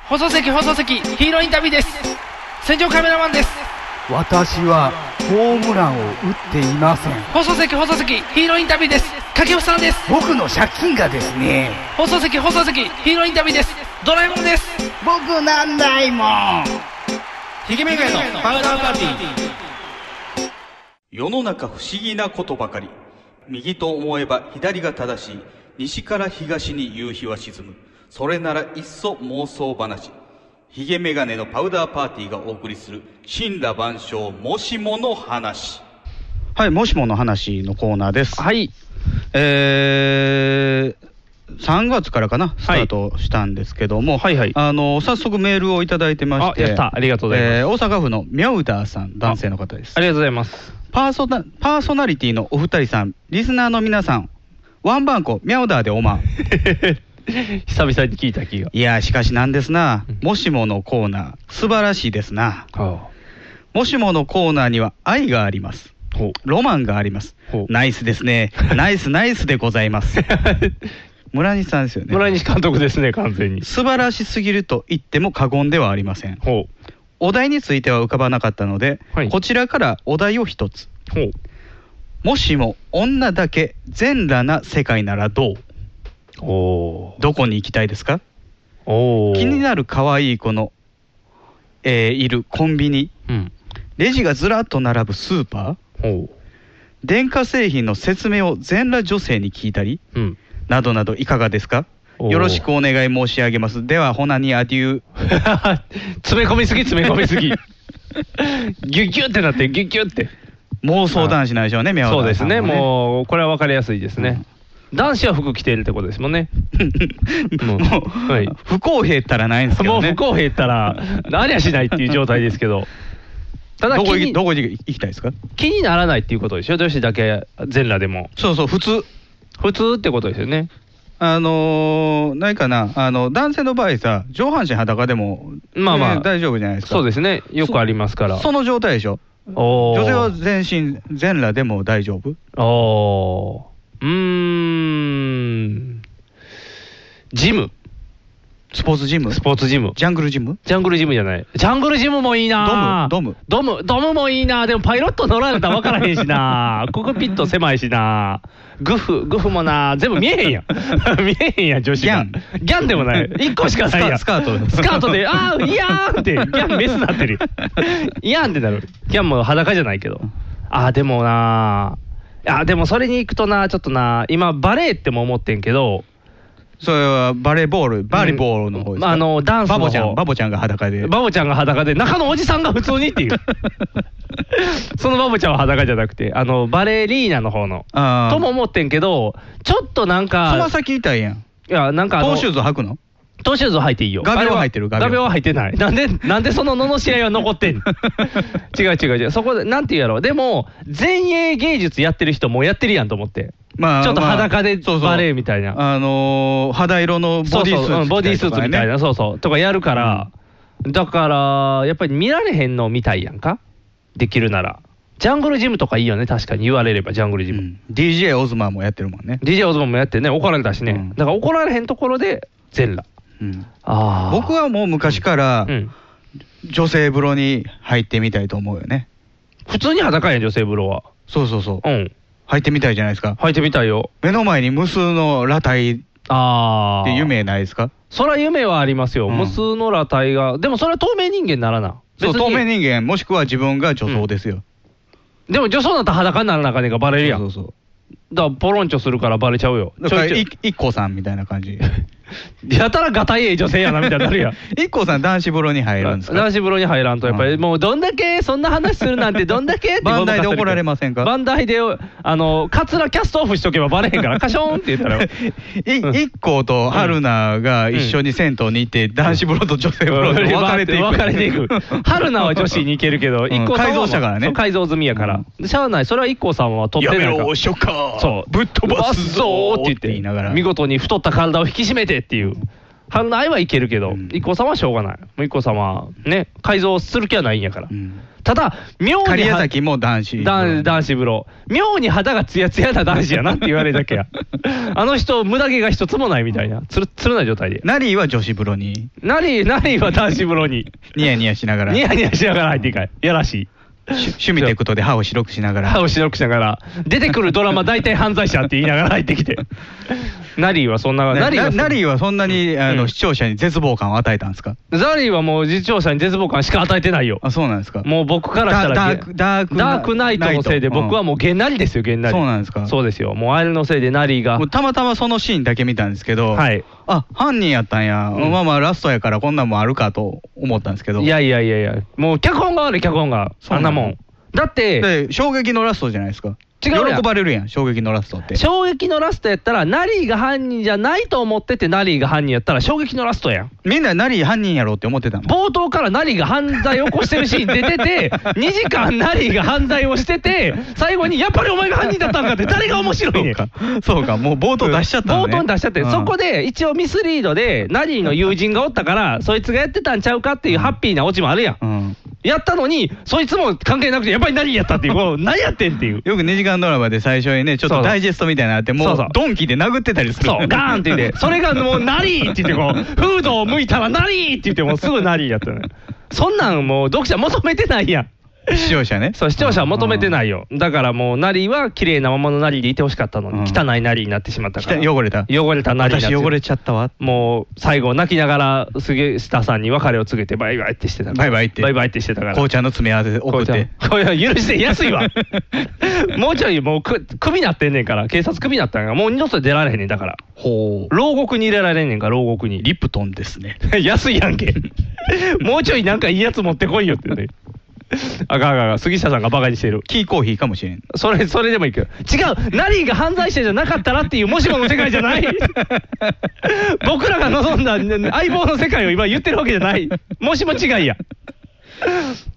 S9: 放送席放送席ヒーローインタビューです戦場カメラマンです私はホームランを打っていません放送席放送席ヒーローインタビューです掛布さんです僕の借金がですね放送席放送席ヒーローインタビューですドラえもんです僕なんないもんひげめがのパウダーパーティー
S14: 世の中不思議なことばかり右と思えば左が正しい西から東に夕日は沈むそれならいっそ妄想話ヒゲメガネのパウダーパーティーがお送りする神羅万象もしもの話
S4: はい、もしもの話のコーナーです。はい。えー、3月からかな、スタートしたんですけども、はいはい。あの、早速メールをいただいてまして、
S3: あやったありがとうございます
S4: えー大阪府のミャウダーさん、男性の方です。
S3: ありがとうございます。
S4: パーソナパーソナリティのお二人さん、リスナーの皆さん、ワンバンコ、ミャウダーでおまん。
S3: 久々に聞いた気が。
S4: いや、しかしなんですな、もしものコーナー、素晴らしいですな。もしものコーナーには愛があります。ロマンがあります。ナイスですね。ナイスナイスでございます。村西さんですよ ね。
S3: 村西監督ですね、完全に。
S4: 素晴らしすぎると言っても過言ではありません。お題については浮かばなかったので、こちらからお題を一つ。もしも女だけ全裸な世界ならどうどこに行きたいですか気になる可愛い子の、えーいるコンビニ、レジがずらっと並ぶスーパー電化製品の説明を全裸女性に聞いたり、などなどいかがですかよろしくお願い申し上げますではほなにアデュー
S3: 詰め込みすぎ、詰め込みすぎ。ギュギュってなって、ギュギュって。
S4: 妄想男子なんでしょうね、宮
S3: そう
S4: 本
S3: です
S4: さんも
S3: ね、もう、これは分かりやすいですね。男子は服着てるってことですもんね。 もう、はい、
S4: 不公平ったらないんですけどね。
S3: もう不公平ったら、なりゃしないっていう状態ですけど。ただ
S4: どこ
S3: 気
S4: 行
S3: に
S4: きどこ行きたいですか
S3: 気にならないっていうことでしょ女子だけ全裸でも
S4: そうそう普通
S3: 普通ってことですよね
S4: あのー、ないかな、あの男性の場合さ、上半身裸でも、
S3: まあまあ
S4: ね大丈夫じゃないですか。
S3: そうですねよくありますから
S4: その状態でしょ。
S3: おー
S4: 女性は全身全裸でも大丈夫
S3: おーうーんジム
S4: スポーツジム
S3: スポーツジム
S4: ジャングルジム
S3: ジャングルジムじゃないジャングルジムもいいな
S4: ドム
S3: ドムドムもいいなでもパイロット乗られたら分からへんし なコックピット狭いしなグフグフもな全部見えへんやん 見えへんやん女子がギャンギャンでもない一個しかないやん
S4: スカスカート
S3: スカート であーいやーんってギャンメスなってるいやんってなるギャンも裸じゃないけどあーでもなあーでもそれに行くとなちょっとな今バレエっても思ってんけど
S4: それはバレーボール、バレーボールの方ですか、
S3: まああのダンスの方
S4: バボちゃん、バボちゃんが裸で。
S3: バボちゃんが裸で、中のおじさんが普通にって いう、そのバボちゃんは裸じゃなくて、あのバレリーナの方の、
S4: あー
S3: とも思ってんけど、ちょっとなん
S4: つま
S3: か、
S4: 先痛いやん。
S3: いや、なん
S4: ト
S3: かあの、
S4: ーシューズ履くの
S3: トーシューズ履いていいよ。
S4: 画鋲
S3: あれ
S4: 履いてる画鋲
S3: 画鋲は履いてない。なんで、なんでその罵り合いは残ってん の違う違う違う、そこで、なんて言うやろ、でも、前衛芸術やってる人もうやってるやんと思って、
S4: まあ
S3: ちょっと
S4: まあ
S3: 裸で
S4: そうそう
S3: バレエみたいな。
S4: あのー肌色のボディースーツ着
S3: そうそうう
S4: たりとかね
S3: んボディースーツみたいな、そうそう、とかやるから、だから、やっぱり見られへんのみたいやんか、できるなら。ジャングルジムとかいいよね、確かに言われれば、ジャングルジム。
S4: DJ オズマンもやってるもんね。
S3: DJ オズマンもやってね、怒られたしね。だから怒られへんところで、全裸。
S4: 僕はもう昔から、女性風呂に入ってみたいと思うよね。
S3: 普通に裸やん、女性風呂は。
S4: そうそうそう。
S3: うん。
S4: 入ってみたいじゃないですか。
S3: 入ってみたいよ。
S4: 目の前に無数の裸体って
S3: あー
S4: 夢ないですか
S3: そら夢はありますよ、無数の裸体が、でもそれは透明人間ならな。
S4: そう、
S3: 別
S4: 透
S3: に
S4: 明人間、もしくは自分が女装ですよ。
S3: でも女装だったら裸にならなあかんねんからバレるやん。
S4: そうそう
S3: だからポロンチョするからバレちゃうよ。
S4: だから、
S3: ちょい
S4: い
S3: ちょい
S4: 一個さんみたいな感 じ。
S3: やたらがたいええ女性やなみたいになるやん。
S4: 一個さん、男子風呂に入るんですか
S3: 男子風呂に入らんと、やっぱりもうどんだけそんな話するなんて、どんだけ ってごま
S4: バン
S3: かさ
S4: ダ
S3: れ
S4: イ
S3: る
S4: で怒られませんか
S3: バンダイで、あの、カツラキャストオフしとけばバレへんから、カショーンって言った ら。
S4: い一行と春菜が一緒に銭湯に行って、男子風呂と女性風呂で分かれていく。
S3: 分かれていく。春菜は女 子に行けるけど、
S4: うん
S3: 一 k さんは
S4: 改造したからね
S3: そう改造済みやから。でしゃあない、それは一 k さんは取ってないから。
S4: やめろ初夏
S3: そう。
S4: ぶっ飛ばすぞー
S3: ぶっ飛ばすぞーって言って、
S4: 言いながら
S3: 見事に太った体を引き締めてっていう。春菜はいけるけど、一 k さんはしょうがない。もう一 k さんは、ね、改造する気はないんやから。ただ、妙に
S4: 狩矢
S3: は。
S4: 崎も男子。
S3: 男男子風呂妙に肌がツヤツヤな男子やなって言われるだけ やあの人無駄毛が一つもないみたいなつるつるな状態で
S4: ナリーは女子風呂に。
S3: ナリーナリーは男子風呂に
S4: ニヤニヤしながら。
S3: ニヤニヤしながら入っていかいやらしい
S4: 趣味テクトで歯を白くしながら。
S3: 歯を白くしながら出てくるドラマ大体犯罪者って言いながら入って きてナリーはそんな
S4: な
S3: ナリー
S4: な
S3: はそん
S4: ナリーはそんなに、あの視聴者に絶望感を与えたんですか
S3: ナリーはもう実聴者に絶望感しか与えてないよ
S4: あそうなんですか
S3: もう僕からしたら
S4: ダダークダーク
S3: ダークナイトのせいで
S4: ナイト
S3: 僕はもうげんなりですよげんなり
S4: そうなんですか
S3: そうですよもうあれのせいでナリーが
S4: もうたまたまそのシーンだけ見たんですけど、
S3: はい
S4: あ犯人やったんや、まあまあラストやからこんなんもあるかと思ったんですけど
S3: いやいやいやいや、もう脚本が悪い、脚本が、あんなもん。だって、
S4: で衝撃のラストじゃないですか
S3: 違うやん
S4: 喜ばれるやん衝撃のラストって
S3: 衝撃のラストやったら、ナリーが犯人じゃないと思ってて、ナリーが犯人やったら、衝撃のラストやん。
S4: みんなナリー犯人やろって思ってたの
S3: 冒頭からナリーが犯罪を起こしてるシーン出てて、2時 間ナリーが犯罪をしてて、最後に、やっぱりお前が犯人だったんかって、誰が面白いねん。
S4: そうかもう冒頭出しちゃったの、
S3: 冒
S4: ね、
S3: 頭に出しちゃって、そこで一応ミスリードで、ナリーの友人がおったから、そいつがやってたんちゃうかっていうハッピーなオチもあるやん。やったのに、そいつも関係なくて、やっぱりナリーやったっていう、こう何やってんっていう。
S4: よく2時間ドラマで最初にねちょっとダイジェストみたいなのあっても
S3: そう
S4: う
S3: そう
S4: ドンキで殴ってたりする
S3: そう、ガーンって言って、それがもう、ナリーって言って、 こう、フードを剥いたらナリーって言って、もうすぐナリーやったのよ。そんなんもう、読者求めてないやん。
S4: 視聴者ね
S3: そう、視聴者は求めてないよ。だからもう、ナリーは綺麗なままのナリーでいてほしかったのに、汚いナリーになってしまったから。
S4: 汚れた
S3: 汚れたナリーになって
S4: 私汚れちゃったわ
S3: もう、最後、泣きながら、杉下さんに別れを告げて、バイバイってしてたから。
S4: バイバイって
S3: バイバイってしてたから。
S4: 紅茶の詰め合わせで送って
S3: これは許して安 いわ。もうちょいもうく、クビなってんねんから、警察クビなったんやからもう二度と出られへんねんだから。
S4: ほう
S3: 牢獄に入れられんねんから、牢獄に。
S4: リプトンですね。
S3: 安いやん け。もうちょいなんかいいやつ持ってこいよってね。あかんあかんあかん、杉下さんがバカにしてる。
S4: キーコーヒーかもしれん
S3: それ、それでもいく。違うナリーが犯罪者じゃなかったらっていう、もしもの世界じゃ ない。僕らが望んだね相棒の世界を今言ってるわけじゃない。もしも違いや。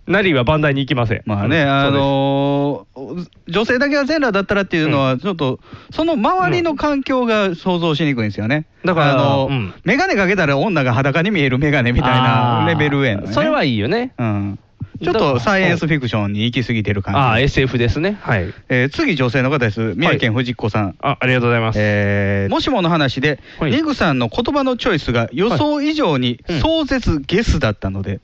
S3: ナリーはバンダイに行きません。
S4: まあね、あのー女性だけが全裸だったらっていうのは、ちょっと、その周りの環境が想像しにくいんですよね。だから、あのー
S3: うん
S4: 眼鏡かけたら女が裸に見える眼鏡みたいな
S3: あー
S4: レベルへの、ね、
S3: それはいいよね。
S4: うん。ちょっとサイエンスフィクションに行き過ぎてる感じ。
S3: ああ、SF ですね。はい。
S4: えー次、女性の方です、宮城県藤子さん、
S3: あありがとうございます、
S4: えーもしもの話で、ニ、グさんの言葉のチョイスが予想以上に壮絶ゲスだったので、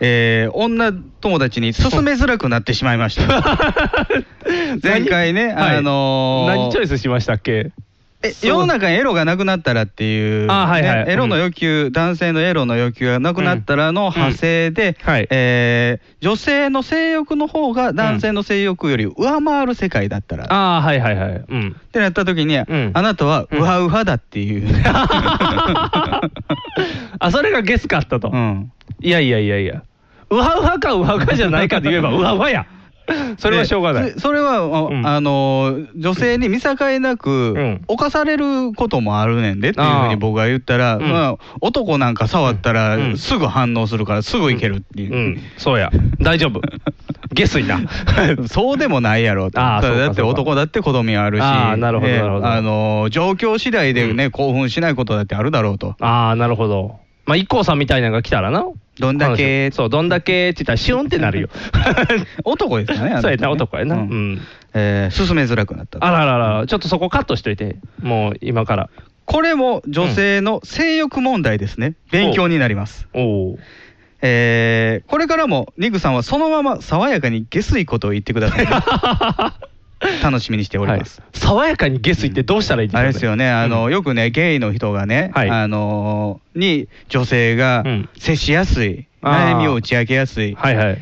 S4: えー女友達に勧めづらくなってしまいました。前回ね、
S3: はい
S4: あのー
S3: 何チョイスしましたっけ
S4: え世の中にエロがなくなったらっていう、
S3: あはいはい
S4: ねエロの欲求、男性のエロの欲求がなくなったらの派生で、えー女性の性欲の方が男性の性欲より上回る世界だったら、
S3: ああ、はいはいはい。うん。
S4: ってなった時に、あなたはウハウハだっていう、
S3: あ、それがゲスかったと。
S4: ん
S3: いやいやいやいや。ウハウハかウハウハじゃないかと言え ば、ウハウハや。それはしょうがない。
S4: でそそれは、ああのー女性に見境なく、犯されることもあるねんでっていうふうに僕が言ったら、まあ、男なんか触ったら、すぐ反応するから、すぐいけるっていう、
S3: そうや、大丈夫、下水な、
S4: そうでもないやろと、
S3: あーそうか
S4: だって
S3: そうか
S4: 男だって好みあるし、
S3: あーなるほど
S4: えー
S3: なるほど
S4: あのー状況次第でね、興奮しないことだってあるだろうと。
S3: ああ、なるほど。まあ、一光さんみたいなのが来たらな。
S4: どんだけ
S3: そうどんだけって言ったらシュンってなるよ
S4: 男ですかねあの人ね
S3: そうやな男やな、うん
S4: えー進めづらくなった
S3: あららららちょっとそこカットしといてもう今から
S4: これも女性の性欲問題ですね、勉強になりますえーこれからもニグさんはそのまま爽やかに下水ことを言ってくださいね、 楽しみにしております、
S3: 爽やかに下水ってどうしたらいいんですか、
S4: あれですよね、あのよくね、ゲイの人がね、あのに女性が接しやすい、
S3: あー
S4: 悩みを打ち明けやすい、だか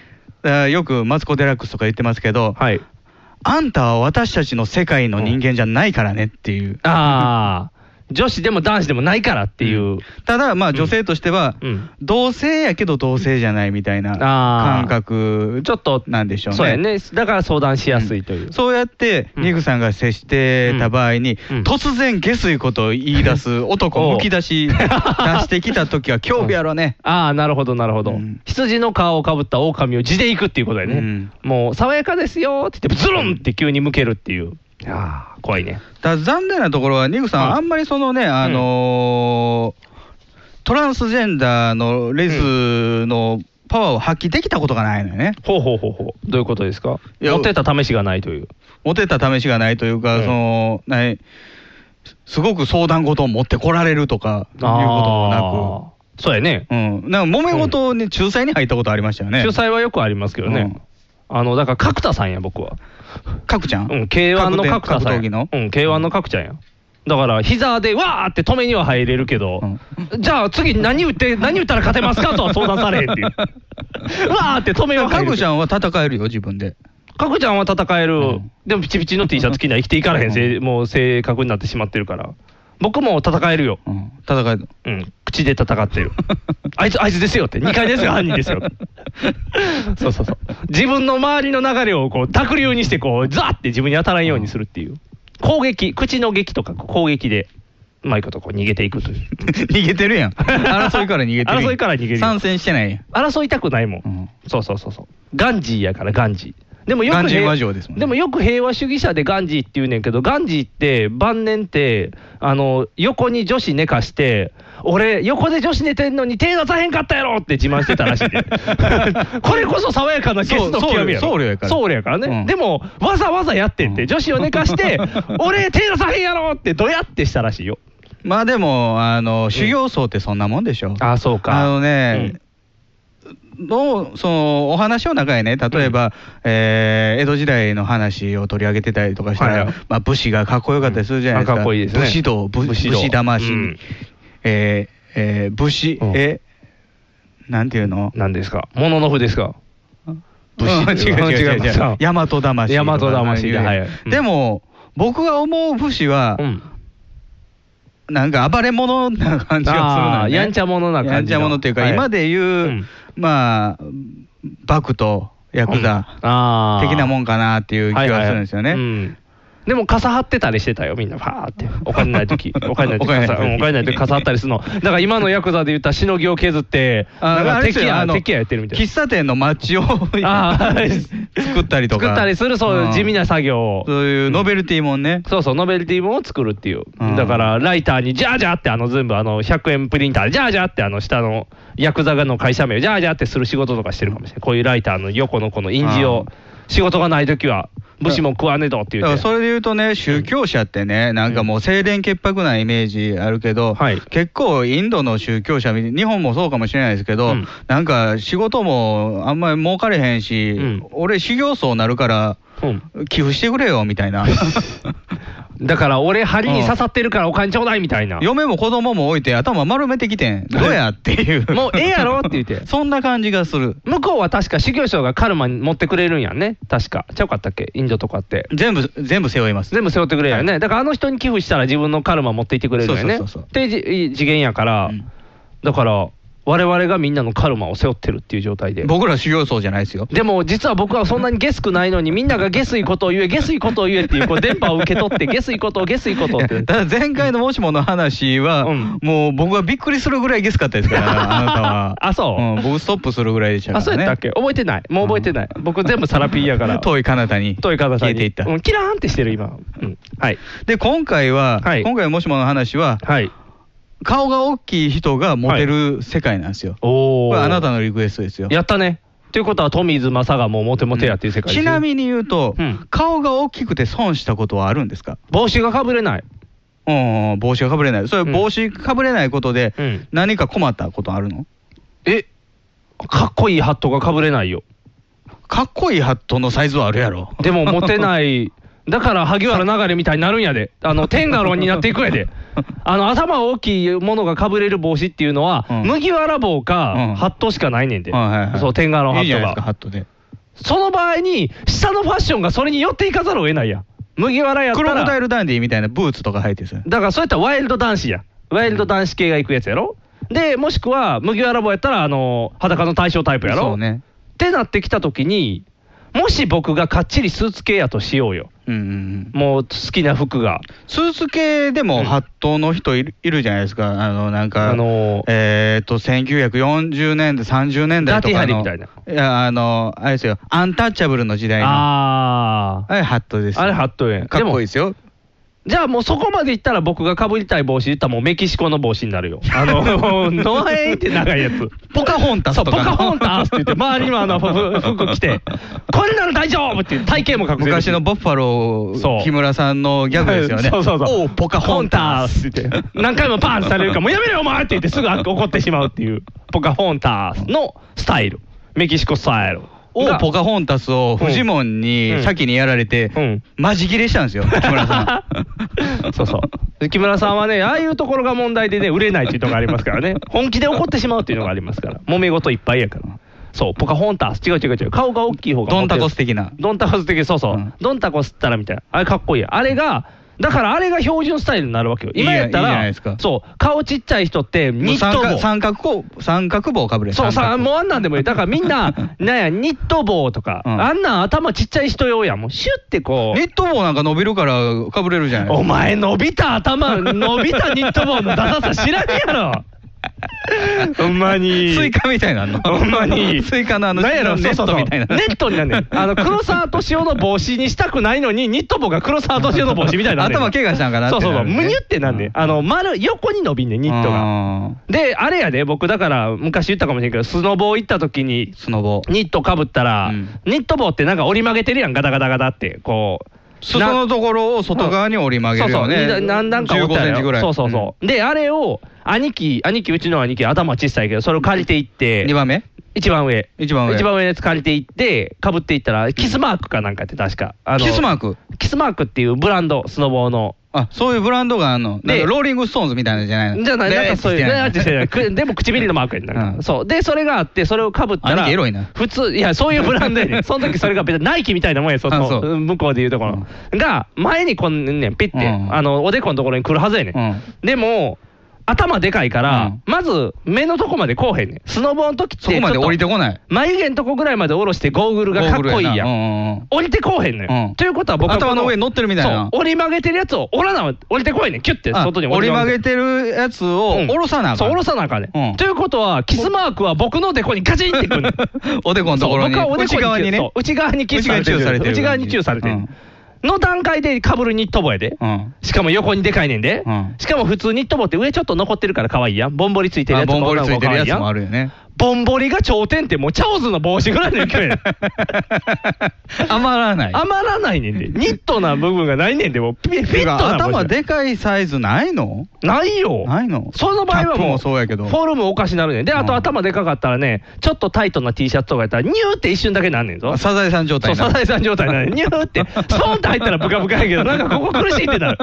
S4: らよくマツコ・デラックスとか言ってますけど、あんたは私たちの世界の人間じゃないからねっていう。
S3: ああ女子でも男子でもないからっていう、
S4: ただ、まあ、女性としては、同性やけど同性じゃないみたいな感覚ちょっとなんでしょうね。
S3: そうやねだから相談しやすいという、
S4: そうやって、ニグさんが接してた場合に、突然、下水ことを言い 出す男、むき出し出してきた時は、恐怖やろね。
S3: ああなるほどなるほど、羊の皮をかぶった狼を地で行くっていうことやね、もう爽やかですよって言ってズルンって急に向けるっていう、ああ怖いね
S4: ただ残念なところは、ニグさん、あんまりそのね、あのートランスジェンダーのレスのパワーを発揮できたことがないのよね。
S3: ほうほうほうほう、どういうことですか
S4: や
S3: 持ってた試しがないという。
S4: モテた試しがないというか、そのないすごく相談事を持ってこられるとかいうことも
S3: なく、そうやね、
S4: うん、なんか揉め事に仲裁に入ったことありましたよね。
S3: 仲裁はよくありますけどね、あのだから角田さんや、僕は。
S4: 角ちゃん
S3: うん、K1 の角田さんや。
S4: 格闘技の
S3: うん、K1 の角ちゃんや。だから、膝でわーって止めには入れるけど、じゃあ次、何打って、何打ったら勝てますかとは相談されへんって いう。わーって止めは入れる。
S4: 角ちゃんは戦えるよ、自分で。
S3: 角ちゃんは戦える、でもピチピチの T シャツ着ない生きていかれへん、せいもう性格になってしまってるから僕も戦えるよ、
S4: 戦 える
S3: うん口で戦って るあいつあいつですよって2回ですよ犯人ですよ そうそうそう自分の周りの流れをこう濁流にしてこうザッて自分に当たらんようにするっていう攻撃口の撃とか攻撃でうまいことこう逃げていくという
S4: 逃げてるやん。争いから逃げてるやん。
S3: 争いから逃げるよ
S4: 参戦してないやん。
S3: 争いたくないもん、そうそうそうそうガンジーやからガンジーでもよく
S4: ガンジー
S3: 平
S4: 和上ですもんね
S3: でもよく平和主義者でガンジーって言うねんけどガンジーって晩年ってあの横に女子寝かして俺横で女子寝てんのに手出さへんかったやろって自慢してたらしい でこれこそ爽やかなゲスの極みやろ
S4: そう僧侶僧侶やから
S3: 僧侶やからね、
S4: うん
S3: でもわざわざやってんって女子を寝かして 俺手出さへんやろってどやってしたらしいよ
S4: まあでも、あの、修行僧ってそんなもんでしょ。
S3: あ、そうか。
S4: あのね、どうそのお話の中でね、例えば、えー江戸時代の話を取り上げてたりとかしたら、
S3: はいはい
S4: まあ、武士がかっこよかったりするじゃないですか、
S3: うんあかっこいいですね
S4: 武士道、武
S3: 武
S4: 武
S3: 士
S4: 士
S3: 道
S4: 魂、
S3: うん
S4: えーえー武士、えなんていうの
S3: なんですかもののふですか
S4: 武士、
S3: うん違う違う 違う違う
S4: 大和魂と
S3: 大和
S4: か。
S3: 魂ではいうん
S4: でも、僕が思う武士は、なんか暴れ者な感じがするの
S3: あ
S4: よ
S3: ー
S4: ね。
S3: やんちゃ者な感じの
S4: やんちゃ者っていうか、
S3: はい
S4: 今で言う、まあ、バクとヤクザ
S3: あー
S4: 的なもんかなっていう気
S3: はいはいは
S4: が
S3: い
S4: するんですよね。
S3: うんでも、傘張ってたりしてたよ、みんな、パーって。お金ないとき、 お金ないとき、
S4: お金ない時
S3: うんお金ないとき、傘張ったりするの。だから、今のヤクザで言ったら、しのぎを削って、
S4: あ
S3: なん
S4: あ
S3: か
S4: れで
S3: 敵
S4: すよ
S3: や
S4: あ、の
S3: 敵ややってるみたいな。
S4: 喫茶店の街を
S3: あー
S4: 作ったりとか。
S3: 作ったりする、そういう地味な作業を。
S4: そういうノベルティもんね。
S3: そうそう、ノベルティもんを作るっていう。だから、ライターに、ジャージャーって、あの、全部、あの、100円プリンターで、ジャージャーって、あの、下の、ヤクザの会社名を、ジャージャーってする仕事とかしてるかもしれない。こういうライターの横のこの印字を、仕事がないときは、武士も食わねどって言
S4: だか
S3: っ
S4: ら
S3: て。
S4: それで言うとね、宗教者ってね、なんかもう清廉潔白なイメージあるけど、結構インドの宗教者み、日本もそうかもしれないですけど、なんか仕事もあんまり儲かれへんし、俺、修行僧なるから、寄付してくれよみたいな。
S3: だから俺、針に刺さってるからお金ちょうだいみたいな。
S4: 嫁も子供も置いて頭丸めてきてん、どうやっていう。
S3: もうええやろって言って。
S4: そんな感じがする。
S3: 向こうは確か、修行僧がカルマに持ってくれるんやんね。確か。ちゃうかったっけインドとかって。
S4: 全部、全部背負います。
S3: 全部背負ってくれるんやね。だからあの人に寄付したら自分のカルマ持っていってくれるんやね。
S4: そうそうそうそう
S3: ってじ次元やから、だから、我々がみんなのカルマを背負ってるっていう状態で。
S4: 僕ら修行僧じゃないですよ。
S3: でも実は僕はそんなにゲスくないのにみんながゲスいことを言えゲスいことを言え っていうこう電波を受け取ってゲスいことをゲスいことをって
S4: ただ前回のもしもの話は、もう僕はびっくりするぐらいゲスかったですから、あなたは。
S3: あ、そう、
S4: ん。僕ストップするぐらいでしたから
S3: あ、
S4: ね。
S3: そうやったっけ覚えてない。もう覚えてない。僕全部サラピーや から。
S4: 遠い彼方に。
S3: 遠い彼方に。
S4: 消えていった
S3: うんキラーンってしてる今。
S4: で、今回は、今回もしもの話は、顔が大きい人がモテる世界なんですよ。
S3: お
S4: これあなたのリクエストですよ。
S3: やったね。ということは、トミーズ・マサがもうモテモテやっていう世界です
S4: ち
S3: ね
S4: なみに言うと、顔が大きくて損したことはあるんですか
S3: 帽子がかぶれない。
S4: うん、帽子がかぶれない。それ帽子かぶれないことで、何か困ったことあるの
S3: えかっこいいハットがかぶれないよ。
S4: かっこいいハットのサイズはあるやろ。
S3: でもモテない。だから萩原流れみたいになるんやで。あの、テンガロンになっていくやで。あの、頭大きいものがかぶれる帽子っていうのは、麦わら帽か、ハットしかないねん で。そう、テンガロンハ
S4: いいじゃ
S3: ッ
S4: な
S3: ト
S4: いですか、
S3: が。
S4: ハットで。
S3: その場合に、下のファッションがそれに寄っていかざるを得ないやん。麦わらやった
S4: ク
S3: ら。
S4: ロコダイルダンディみたいなブーツとか履いてさ。
S3: だからそうやったらワイルド男子や。ワイルド男子系が行くやつやろ。で、もしくは麦わら帽やったら、あの、裸の対象タイプやろ。
S4: そうね。
S3: ってなってきたときに、もし僕がかっちりスーツ系やとしようよ。
S4: うんうん
S3: もう好きな服が。
S4: スーツ系でもハットの人いる,、いるじゃないですか。あの、なんか、
S3: あの
S4: えっと、1940年代、30年代とか
S3: ダーティ
S4: の。
S3: ーハリーみたいな。
S4: いや、あの、あれですよ、アンタッチャブルの時代の。
S3: あ
S4: あれハットですよ。
S3: あれハットや
S4: かっこいいですよ。
S3: じゃあもうそこまでいったら僕がかぶりたい帽子いったらもうメキシコの帽子になるよ。あ の、ノエイって長いやつ。
S4: ポカホンタス
S3: そう、
S4: と
S3: ポ
S4: かの
S3: カホンタスって言って、周りもあのふ服着て、こんなの大丈夫っていう体型も隠せるし
S4: 昔のバッファロ
S3: そう
S4: ー、木村さんのギャグですよ ね。
S3: そうそうそう。
S4: おうポカホンタスって言って。
S3: 何回もパンされるから、もうやめろよお前って言ってすぐ怒ってしまうっていう、ポカホンタスのスタイル。メキシコスタイル。
S4: おうポカホンタスをフジモン
S3: うん
S4: に先にやられて、マジ切れしたんですよ、木村さ
S3: そうそう。木村さんはね、ああいうところが問題でね、売れないっていうのがありますからね。本気で怒ってしまうっていうのがありますから。揉め事いっぱいやから。そう、ポカホンタス。違う違う違う。顔が大きい方がモテる。
S4: ドンタコス的な
S3: ドンタコス的、そうそう。ドンタコスったらみたいな。あれかっこいいや。あれが、だからあれが標準スタイルになるわけよ。今やった
S4: いいじゃな
S3: ら、
S4: いですか
S3: そう、顔ちっちゃい人って、
S4: ん。もう
S3: ニッ
S4: 三
S3: ト帽
S4: 角。三角こう三角帽かぶれ
S3: そう、
S4: 三
S3: さ
S4: 角
S3: もうあんなんでもいい。だからみん な、なんや、ニット帽とか、あんなん頭ちっちゃい人用やん。もうシュッてこう。
S4: ニット帽なんか伸びるからかぶれるじゃないですか
S3: お前、伸びた頭、伸びたニット帽のダサさ知らねえやろ。ほんまに。
S4: スイカみたいなの
S3: ほんまに。
S4: スイカのあの
S3: なんやろ
S4: ネット
S3: そうそうそう
S4: みたいな
S3: ネットになんねん。あの、黒沢敏夫の帽子にしたくないのに、ニット帽が黒沢敏夫の帽子みたいにな。
S4: 頭怪我したんかなって
S3: そうそうそう。
S4: なるね
S3: むにゅってなんねん。あの、丸、横に伸びんねん、ニットが。で、あれやで、僕だから、昔言ったかもしれんけど、スノボー行った時に、
S4: スノボ
S3: ニットかぶったら、ニット帽ってなんか折り曲げてるやん、ガタガタガタって、こう。
S4: 裾のところを外側に折り曲げるよね
S3: そうそうに何段か折った
S4: 15センチぐらい
S3: そうそうそう、であれを兄貴兄貴うちの兄貴頭小さいけどそれを借りていって
S4: 2番目
S3: 一番上
S4: 一番上
S3: 一番上のやつ借りていってかぶっていったらキスマークかなんかって確かあの
S4: キスマーク
S3: キスマークっていうブランドスノボーの
S4: あそういうブランドがあんのなんかローリングストーンズみたいなのじゃないの
S3: じゃない、なんかそういう、
S4: でー
S3: な
S4: っ
S3: ん
S4: て
S3: か
S4: して
S3: して
S4: る
S3: ないくでも唇のマークやんなんかそう。で、それがあって、それをかぶった
S4: 兄
S3: ら、
S4: 貴エロいな
S3: 普通、いや、そういうブランド やねんその時それが別にナイキみたいなもんや、そ
S4: あ
S3: の
S4: そう
S3: うん向こうでいうところ。が、前にこんねん、ピッて、あの、おでこのところに来るはずやねん。でも、頭でかいから、まず目のとこまでこうへんねん。スノボの時って。
S4: そこまで降りてこない。
S3: 眉毛のとこぐらいまで下ろしてゴーグルがかっこいいや。
S4: ゴーグルやなん
S3: 降りてこうへんのよ。ということは僕はこ
S4: 頭の上に乗ってるみたいな
S3: そう折り曲げてるやつを折らな、折りてこいねん。キュッて
S4: あ
S3: 外に
S4: 折り曲げてるやつを
S3: うん
S4: 下ろさなあか
S3: そ
S4: ん
S3: う、下ろさなあかんね、ん。ということは、キスマークは僕のデコにガチンって くる、ねん、
S4: おでこのところに
S3: そう僕はおでこに
S4: 内側にね
S3: そう内側にキスされてる。
S4: 内側にチューされてる
S3: 内側にチューされてる。の段階でかぶるニット帽やで、しかも横にでかいねんで、しかも普通ニット帽って上ちょっと残ってるから可愛いやん、ぼんぼりついてるや
S4: あ
S3: つも
S4: ぼんぼりついてるやつもあるよね
S3: ぼんぼりが頂点ってもうチャオズの帽子ぐらいの勢い やねん
S4: 余らない
S3: 余らないねんでニットな部分がないねんでもうピフィットな帽子や
S4: 頭でかいサイズないの
S3: ないよ
S4: ないの
S3: その場合は
S4: キャップ
S3: もう
S4: もそうやけど
S3: フォルムおかしなるねんであと頭でかかったらねちょっとタイトな T シャツとかやったらニューって一瞬だけなんねんぞ
S4: サザエさん状態に
S3: そ
S4: な
S3: う
S4: る
S3: サザエさん状態になるニューっ てスポンって入ったらブカブカやけどなんかここ苦しいってなる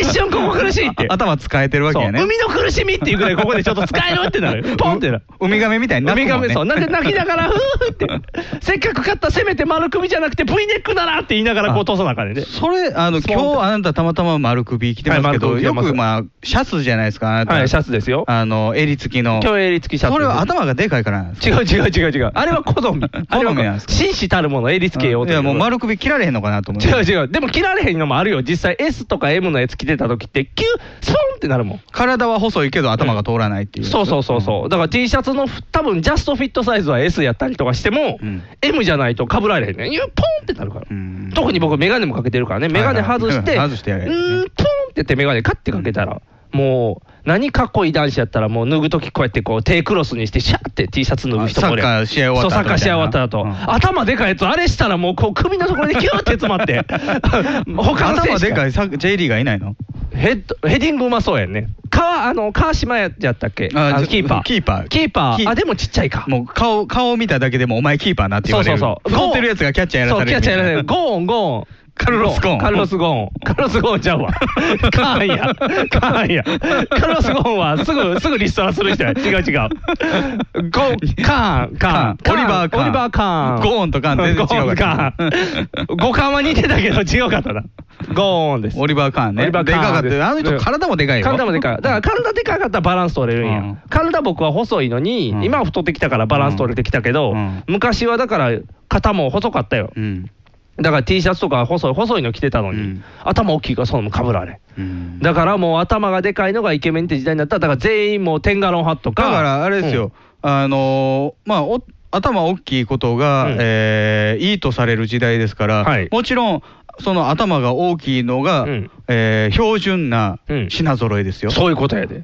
S3: 一瞬ここ苦しいって
S4: あ頭使えてるわけやね
S3: そう海の苦しみっていうぐらいここでちょっと使えるってなる ポンってなる
S4: ウミガメみたいになって
S3: 海
S4: るもん
S3: 亀
S4: ね
S3: そうなんで泣きながらふーってせっかく買ったせめて丸首じゃなくて V ネックだなって言いながらこう通さなあかんねんで
S4: それ、あの、
S3: スポン
S4: 今日あなたたまたま丸首着てますけど、
S3: はい丸首着て
S4: よ
S3: ます
S4: くまあ、シャツじゃないですか、あなた。
S3: はいシャツですよ
S4: あの、襟付きの。
S3: 今日襟付きシャツです
S4: それは頭がでかいからなんです
S3: 違う違う違う違うあれは好みあれは
S4: 好みなんですか
S3: 紳士たるもの襟付けよう
S4: い
S3: とい
S4: や、
S3: う
S4: もう丸首切られへんのかなと思って。
S3: 違う違う、でも切られへんのもあるよ、実際、S とか M のやつ着てた時って、キュー、スポンってなるもん。
S4: 体は細いけど頭が通らないっていう。
S3: そうそうそうそう、だから T シャツの多分ジャストフィットサイズは S やったりとかしても、M じゃないと被られへんね、いやポンってなるから、特に僕、メガネもかけてるからね、メガネ外して、
S4: は
S3: う
S4: いはい
S3: ーん、ポンってやって、メガネ、カッてかけたら、もう、何かっこいい男子やったら、もう脱ぐとき、こうやってこう手クロスにして、シャーって T シャツ脱ぐ人もおるやん
S4: あサッカー試合終わった後
S3: そうサッカー試合終わった後、
S4: み
S3: 頭でかいやつ、あれしたら、もうこう首のところでキューって詰ま って、他の選手
S4: 頭でかいサッ J リーガーいないの
S3: ヘッドヘディングうまそうやんね。川、あの、川島ややったっけあのキーパー。
S4: キーパー
S3: キーパー。あ、でもちっちゃいか。
S4: もう顔顔見ただけでもお前キーパーなって言われる
S3: そうそうそう
S4: ゴーってるやつがキャッチャーやらされる
S3: そうキャッチャーやらされるゴーンゴーン
S4: カルロス・ゴーン
S3: カルロス・ゴーン。カルロス・ゴーンちゃ うわ。カーンや。カーンや。カルロス・ゴーンはすぐ、すぐリストラする人や。違う違う。ゴーン、カーン、カーン。
S4: オリバーカーン
S3: オリバー・カーン。
S4: ゴーンとカーン全然違うから
S3: ゴーンカ ーン。五感は似てたけど違うかったな。ゴーンです。
S4: オリバー・カーンね
S3: オリバー
S4: でかかっ
S3: カーンです
S4: たあの人体もでかいよ
S3: 体もでかい。だから体でかかったらバランス取れるんや。体僕は細いのに、今は太ってきたからバランス取れてきたけど、昔はだから肩も細かったよ。だから T シャツとか細い細いの着てたのに、頭大きいからそのままかぶられ、だからもう頭がでかいのがイケメンって時代になったらだから全員もうテンガロンハットか
S4: だからあれですよ、あのーまあお頭大きいことが、えーいいとされる時代ですから、もちろんその頭が大きいのが、えー標準な品揃えですよ、
S3: そういうことやで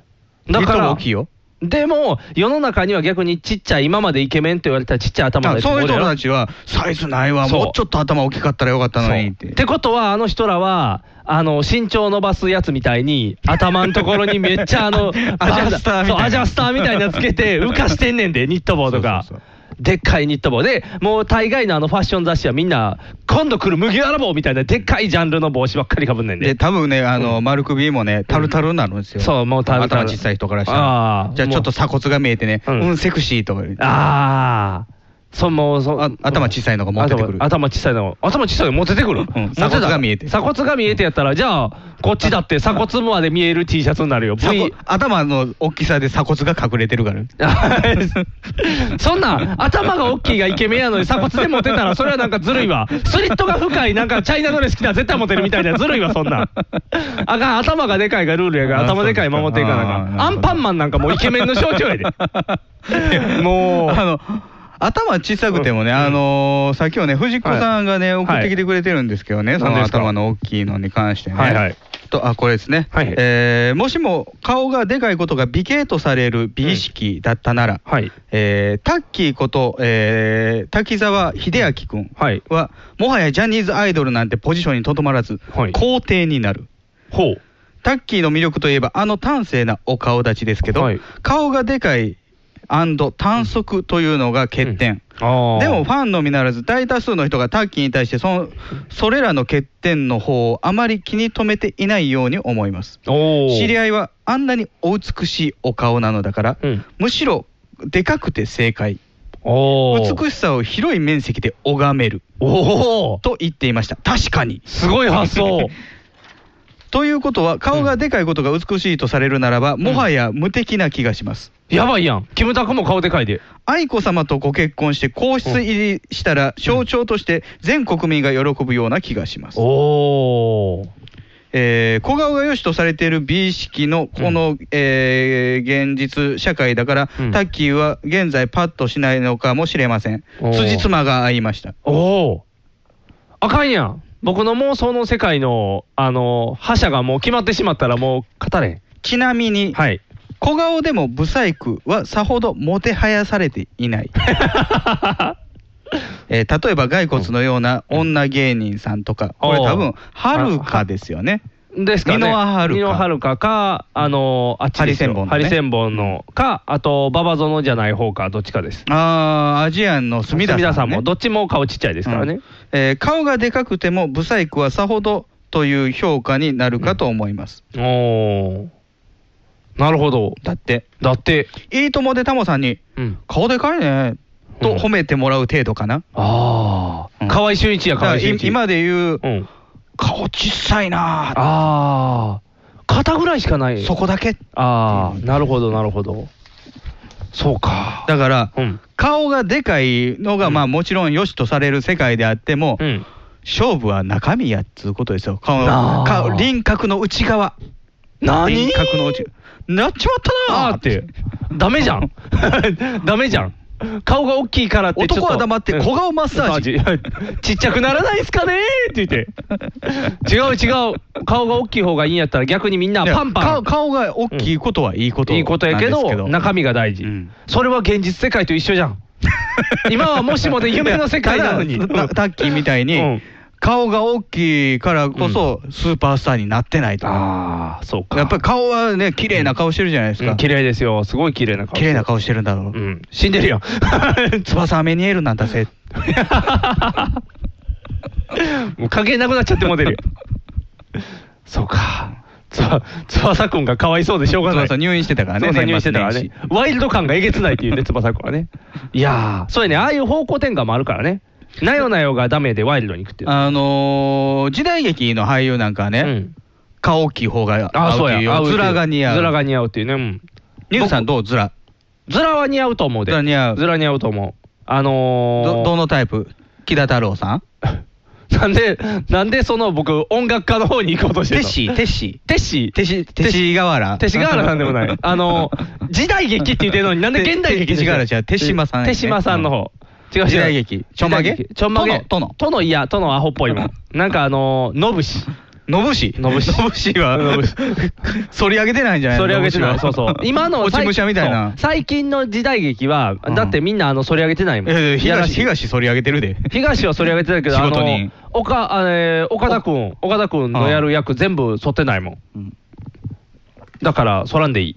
S3: だ
S4: だ
S3: か
S4: からら大きいよ
S3: でも世の中には逆にちっちゃい今までイケメンって言われたちっちゃい頭のやつ
S4: そういう人
S3: もおるやろ
S4: たちはサイズないわ
S3: そう
S4: もうちょっと頭大きかったらよかったのにって
S3: ってことは、あの人らは、あの身長伸ばすやつみたいに、頭のところにめっちゃあ の
S4: アジャスターみたいな
S3: そうアジャスターみたいなつけ て、浮かしてんねんで、ニット帽とか。でっかいニット帽で、もう大概のあのファッション雑誌はみんな、今度来る麦わら帽みたいな、でっかいジャンルの帽子ばっかりかぶんねんで。
S4: で多分ねあの、丸首もねタルタルになるんですよ、
S3: そう、もうタルタル
S4: 頭小さい人からした
S3: あ
S4: ら
S3: ー
S4: じゃあちょっと鎖骨が見えてねうん、セクシーとか言う
S3: ああ。そうもうそう
S4: 頭小さいのが持ってくる
S3: 頭頭小さいの頭小さいの持っててくる、
S4: うん
S3: 持ってた
S4: 鎖骨が見えて
S3: 鎖骨が見えてやったらじゃあこっちだって鎖骨まで見える T シャツになるよ V
S4: 鎖骨頭の大きさで鎖骨が隠れてるから
S3: そんなん頭が大きいがイケメンやのに鎖骨でモテたらそれはなんかずるいわスリットが深いなんかチャイナドレス着たら絶対モテるみたいなずるいわそんなんあかん頭がでかいがルールやから頭でかい守っていかなあかんアンパンマンなんかもうイケメンの象徴 やで もう
S4: あの頭小さくてもね、あのーさっきはね、藤子さんがね、送ってきてくれてるんですけどね、その
S3: 何ですか
S4: 頭の大きいのに関してね。
S3: はいはい
S4: とあこれですね、えーもしも顔がでかいことが美形とされる美意識だったなら、えータッキーこと、えー滝沢秀明君は、もはやジャニーズアイドルなんてポジションにとどまらず、皇帝になる。タッキーの魅力といえばあの端正なお顔立ちですけど、顔がでかい短足というのが欠点、でもファンのみならず大多数の人がタッキーに対してそのそれらの欠点の方をあまり気に留めていないように思います知り合いはあんなにお美しいお顔なのだから、むしろでかくて正解美しさを広い面積で拝める
S3: おー
S4: と言っていました確かに
S3: すごい発 想
S4: ということは顔がでかいことが美しいとされるならば、もはや無敵な気がします
S3: やばいやんキムタクも顔でかいで
S4: 愛子様とご結婚して皇室入りしたら象徴として全国民が喜ぶような気がします。えー小顔が良しとされている美意識のこの、えー現実社会だから、タッキーは現在パッとしないのかもしれません
S3: おー
S4: 辻褄が合いました
S3: おおあかんやん僕の妄想の世界のあの覇者がもう決まってしまったらもう語れん
S4: ちなみに、小顔でもブサイクはさほどもてはやされてい ない。えー例えば骸骨のような女芸人さんとか、これ多分はるかですよね。
S3: ですかね
S4: 箕輪はる
S3: 箕輪
S4: か。
S3: はるかかあのあっちですよ
S4: ハ
S3: ハ
S4: リ
S3: リ
S4: セ
S3: セ
S4: ン
S3: ンボンのかあとババゾノじゃない方かどっちかです
S4: あーアジアンの隅田さん,、
S3: 隅田さんもどっちも顔ちっちゃいですからね、
S4: えー顔がでかくてもブサイクはさほどという評価になるかと思います。
S3: おおなるほど
S4: だって
S3: だって
S4: いいともでタモさんに、顔でかいねと褒めてもらう程度かな。
S3: ああ河合俊一や
S4: だか
S3: 河
S4: ら
S3: 合俊
S4: い
S3: 一
S4: 今で言う、
S3: 顔
S4: 小さいなあ
S3: あー肩ぐらいしかないそ
S4: こだけ
S3: ああなるほどなるほどそうか
S4: だから、顔がでかいのが、まあもちろん良しとされる世界であっても、勝負は中身やっつうことですよ顔
S3: あー
S4: 顔輪郭の内側
S3: 何
S4: 輪郭の内なっちまったなー
S3: あーってダメじゃんダメじゃん顔が大きいからってちょっと
S4: 男は黙って小顔マッサージ
S3: マッサージ ちっちゃくならないですかねって言って違う違う顔が大きい方がいいんやったら逆にみんない
S4: や
S3: パンパン
S4: 顔顔が大きいことはいいこと
S3: いいことやけ
S4: なんです
S3: ど中身が大事、それは現実世界と一緒じゃん今はもしもで夢の世界なのに
S4: いやただたタッキーみたいに、顔が大きいからこそ、スーパースターになってないと。あ
S3: あ、そう
S4: か。やっぱり顔はね、綺麗な顔してるじゃないですか。
S3: 綺麗ですよ。すごい綺麗な顔。
S4: 綺麗な顔してるんだろ
S3: う
S4: う。
S3: ん。死んでるよ。
S4: 翼はメニエールなんだぜ。
S3: もう関係なくなっちゃってモデル よそうかつば翼くんがかわいそうでしょうがない
S4: 翼入院してたからね
S3: 翼入院してたから
S4: 年
S3: ねワイルド感がえげつないっていうね翼くんはねいやーそうやねああいう方向転換もあるからねなよなよがダメでワイルドに行くっていう
S4: あのー時代劇の俳優なんかはね、顔大きい方が合うっていう
S3: 合
S4: よ。
S3: ってい
S4: ズラが似合う。
S3: ズラが似合うっていうねうん
S4: ニューさんどうズラ。
S3: ズラは似合うと思うで
S4: ズラ似合う。
S3: ズラ似合うと思うあのー
S4: ど、どのタイプ木田太郎さん
S3: なんで、なんでその僕、音楽家の方に行こうとしてるの
S4: テッシーテッシ
S3: ー。テッシー。テシ、
S4: 勅使河原
S3: 勅使河原さんでも ない。あの、時代劇って言ってるのに、なんで現代劇
S4: 勅使河原じゃ手島さんね
S3: 手島さんの方。違う違う。
S4: 時代劇ちょんま
S3: 時
S4: げ
S3: 代劇ちょんまげ。
S4: 殿
S3: 殿。殿、いや、殿アホっぽい もん。なんかあの、のぶし。
S4: のぶし
S3: のぶし。
S4: のぶしは
S3: の ぶし、
S4: 反り上げてないんじゃない
S3: それ上げてない。そう そう。今の
S4: 落ち武者みたい
S3: そう
S4: な。
S3: 最近の時代劇は、だってみんなあの、反り上げてないもん。
S4: ええ
S3: いやらし
S4: 東、
S3: い
S4: 東反り上げてるで。
S3: 東はそれ上げてたけど、
S4: 仕
S3: あ
S4: 事
S3: の
S4: に
S3: 岡あれ岡田君、岡田君のやる役、全部そってないもん。だから、そらんでいい。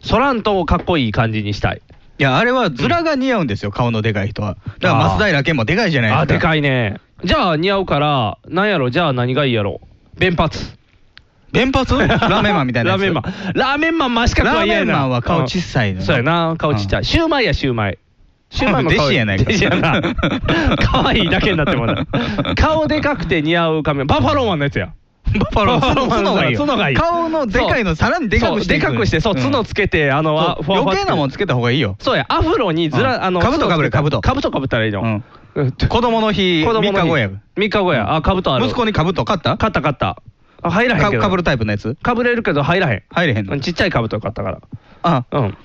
S3: そらんとかっこいい感じにしたい。
S4: いや、あれはズラが似合うんですよ、顔のでかい人は。だから松平健もでかいじゃないですか。
S3: あ、でかいね。じゃあ、似合うから、なんやろ、じゃあ何がいいやろ。弁髪。
S4: 弁髪ラーメンマンみたいな
S3: ラーメ
S4: やつ
S3: ンマン。ラーメンマン真四角は嫌やな。
S4: ラーメンマンは顔小さいの
S3: うんそうやな、顔小さい。シューマイや、シューマイ。シューマイも可愛
S4: 弟子やないか
S3: 弟子やな。 可愛いだけになってもらう。顔でかくて似合う仮面。バッファローマンのやつや。
S4: バッファロー
S3: バッファローマン
S4: 角がいいよ
S3: 角がいい
S4: 顔のでかいのさらにでかくしていく
S3: そうでかくしてそう
S4: うん
S3: 角つけてあのあふ
S4: そう
S3: わふわっ
S4: 余
S3: て
S4: 計なもんつけた方がいいよ。
S3: そうやアフロにずら、
S4: うん
S3: あの
S4: 兜かぶれ
S3: 角つけた
S4: 兜
S3: 兜かぶったらいいの、
S4: 子供の日、
S3: 子供の日
S4: 3日後や。
S3: 3日後や、あかぶとある
S4: 息子にかぶと買った
S3: 買った買ったあ入らへんけ
S4: か
S3: ど
S4: かぶるタイプのやつ
S3: かぶれるけど入らへん
S4: 入れへん
S3: う
S4: の
S3: んちっちゃいかぶと買ったから
S4: あ、
S3: うん。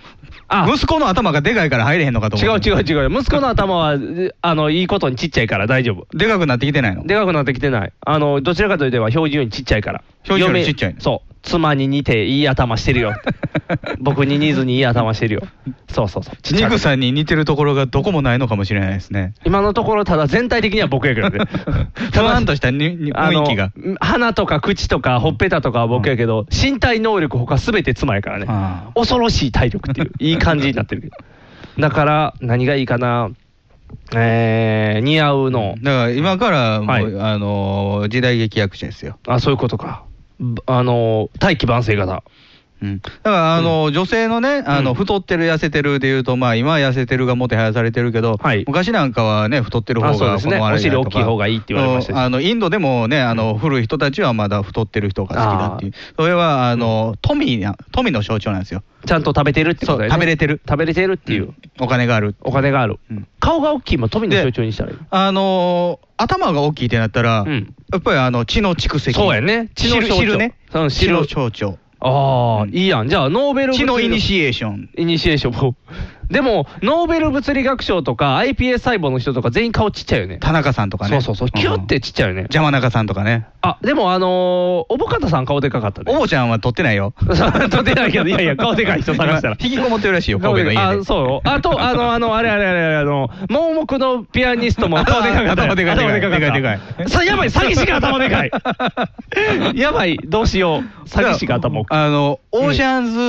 S3: あ
S4: 息子の頭がでかいから入れへんのかと
S3: 違
S4: 思
S3: う違う違う息子の頭はえあのいいことにちっちゃいから大丈夫
S4: う。でかくなってきてないの
S3: でかくなってきてないあのどちらかというと標準よりちっちゃいから
S4: 標準よりちっちゃい
S3: 嫁そう妻に似ていい頭して るよ僕に似ずにいい頭してるよそうそうそうちっちゃい
S4: ニグさんに 似てるところがどこもないのかもしれないですね。
S3: 今のところ、ただ全体的には僕やけど ね。
S4: ふわんとしたにに
S3: あ
S4: 雰
S3: の
S4: 囲気が。
S3: 鼻とか口とかほっぺたとかは僕やけど、身体能力ほかすべて妻やからね、恐ろしい体力 っていう、いい感じになってるけど、だから、何がいいかな、えー、似合うの、
S4: だから今からもう、
S3: はい
S4: あのー時代劇役者ですよ。
S3: あそういうことか、ぶあの大器晩成型、
S4: うん、だから、あの女性のね、あの太ってる、痩せてるでいうと、まあ、今は痩せてるがもてはやされてるけど、昔なんかはね、太ってる方
S3: あそう
S4: が
S3: ですね
S4: 好まれるとか
S3: お尻大きい方がいいって言われましたし
S4: あのインドでもね、あの古い人たちはまだ太ってる人が好きだっていう、それはあの富な富の象徴なんですよ、
S3: ちゃんと食べてるってことだよね、
S4: 食べれてる、
S3: 食べれてるっていう、
S4: お金がある。
S3: お金がある、顔が大きいも富の象徴にしたらいい。
S4: あの頭が大きいってなったら、やっぱりあの血の蓄積、
S3: そうやね
S4: 血
S3: 血の
S4: の
S3: 象徴
S4: 汁ね
S3: うん、
S4: 血
S3: 汁
S4: の象徴。
S3: ああ、いいやん。じゃあ、ノーベル
S4: 血のイニシエーション。
S3: イニシエーションも。 でも、ノーベル物理学賞とか、iPS 細胞の人とか、全員顔ちっちゃいよね。
S4: 田中さんとかね。
S3: そうそうそうキュッてちっちゃいよね。
S4: 邪魔中さんとかね。
S3: あ、でも、あのー、おぼかたさん顔でかかったね。
S4: おぼちゃんは撮ってないよ。
S3: 撮ってないけど、いやいや、顔でかい人探したら。
S4: 引きこもってるらしいよ、
S3: 顔
S4: 神
S3: で
S4: 戸の
S3: かい
S4: 家で。
S3: あ、そうよ。あ と、あの、あの、あれあれあれあれ、あの、盲目のピアニス トも顔でかかったよ。
S4: 頭でかい
S3: 頭でかかった。
S4: でかいでかいで
S3: それやばい、詐欺師が頭でかい。 やばい、どうしよう。詐欺師が頭を。
S4: あの、オーシャンズ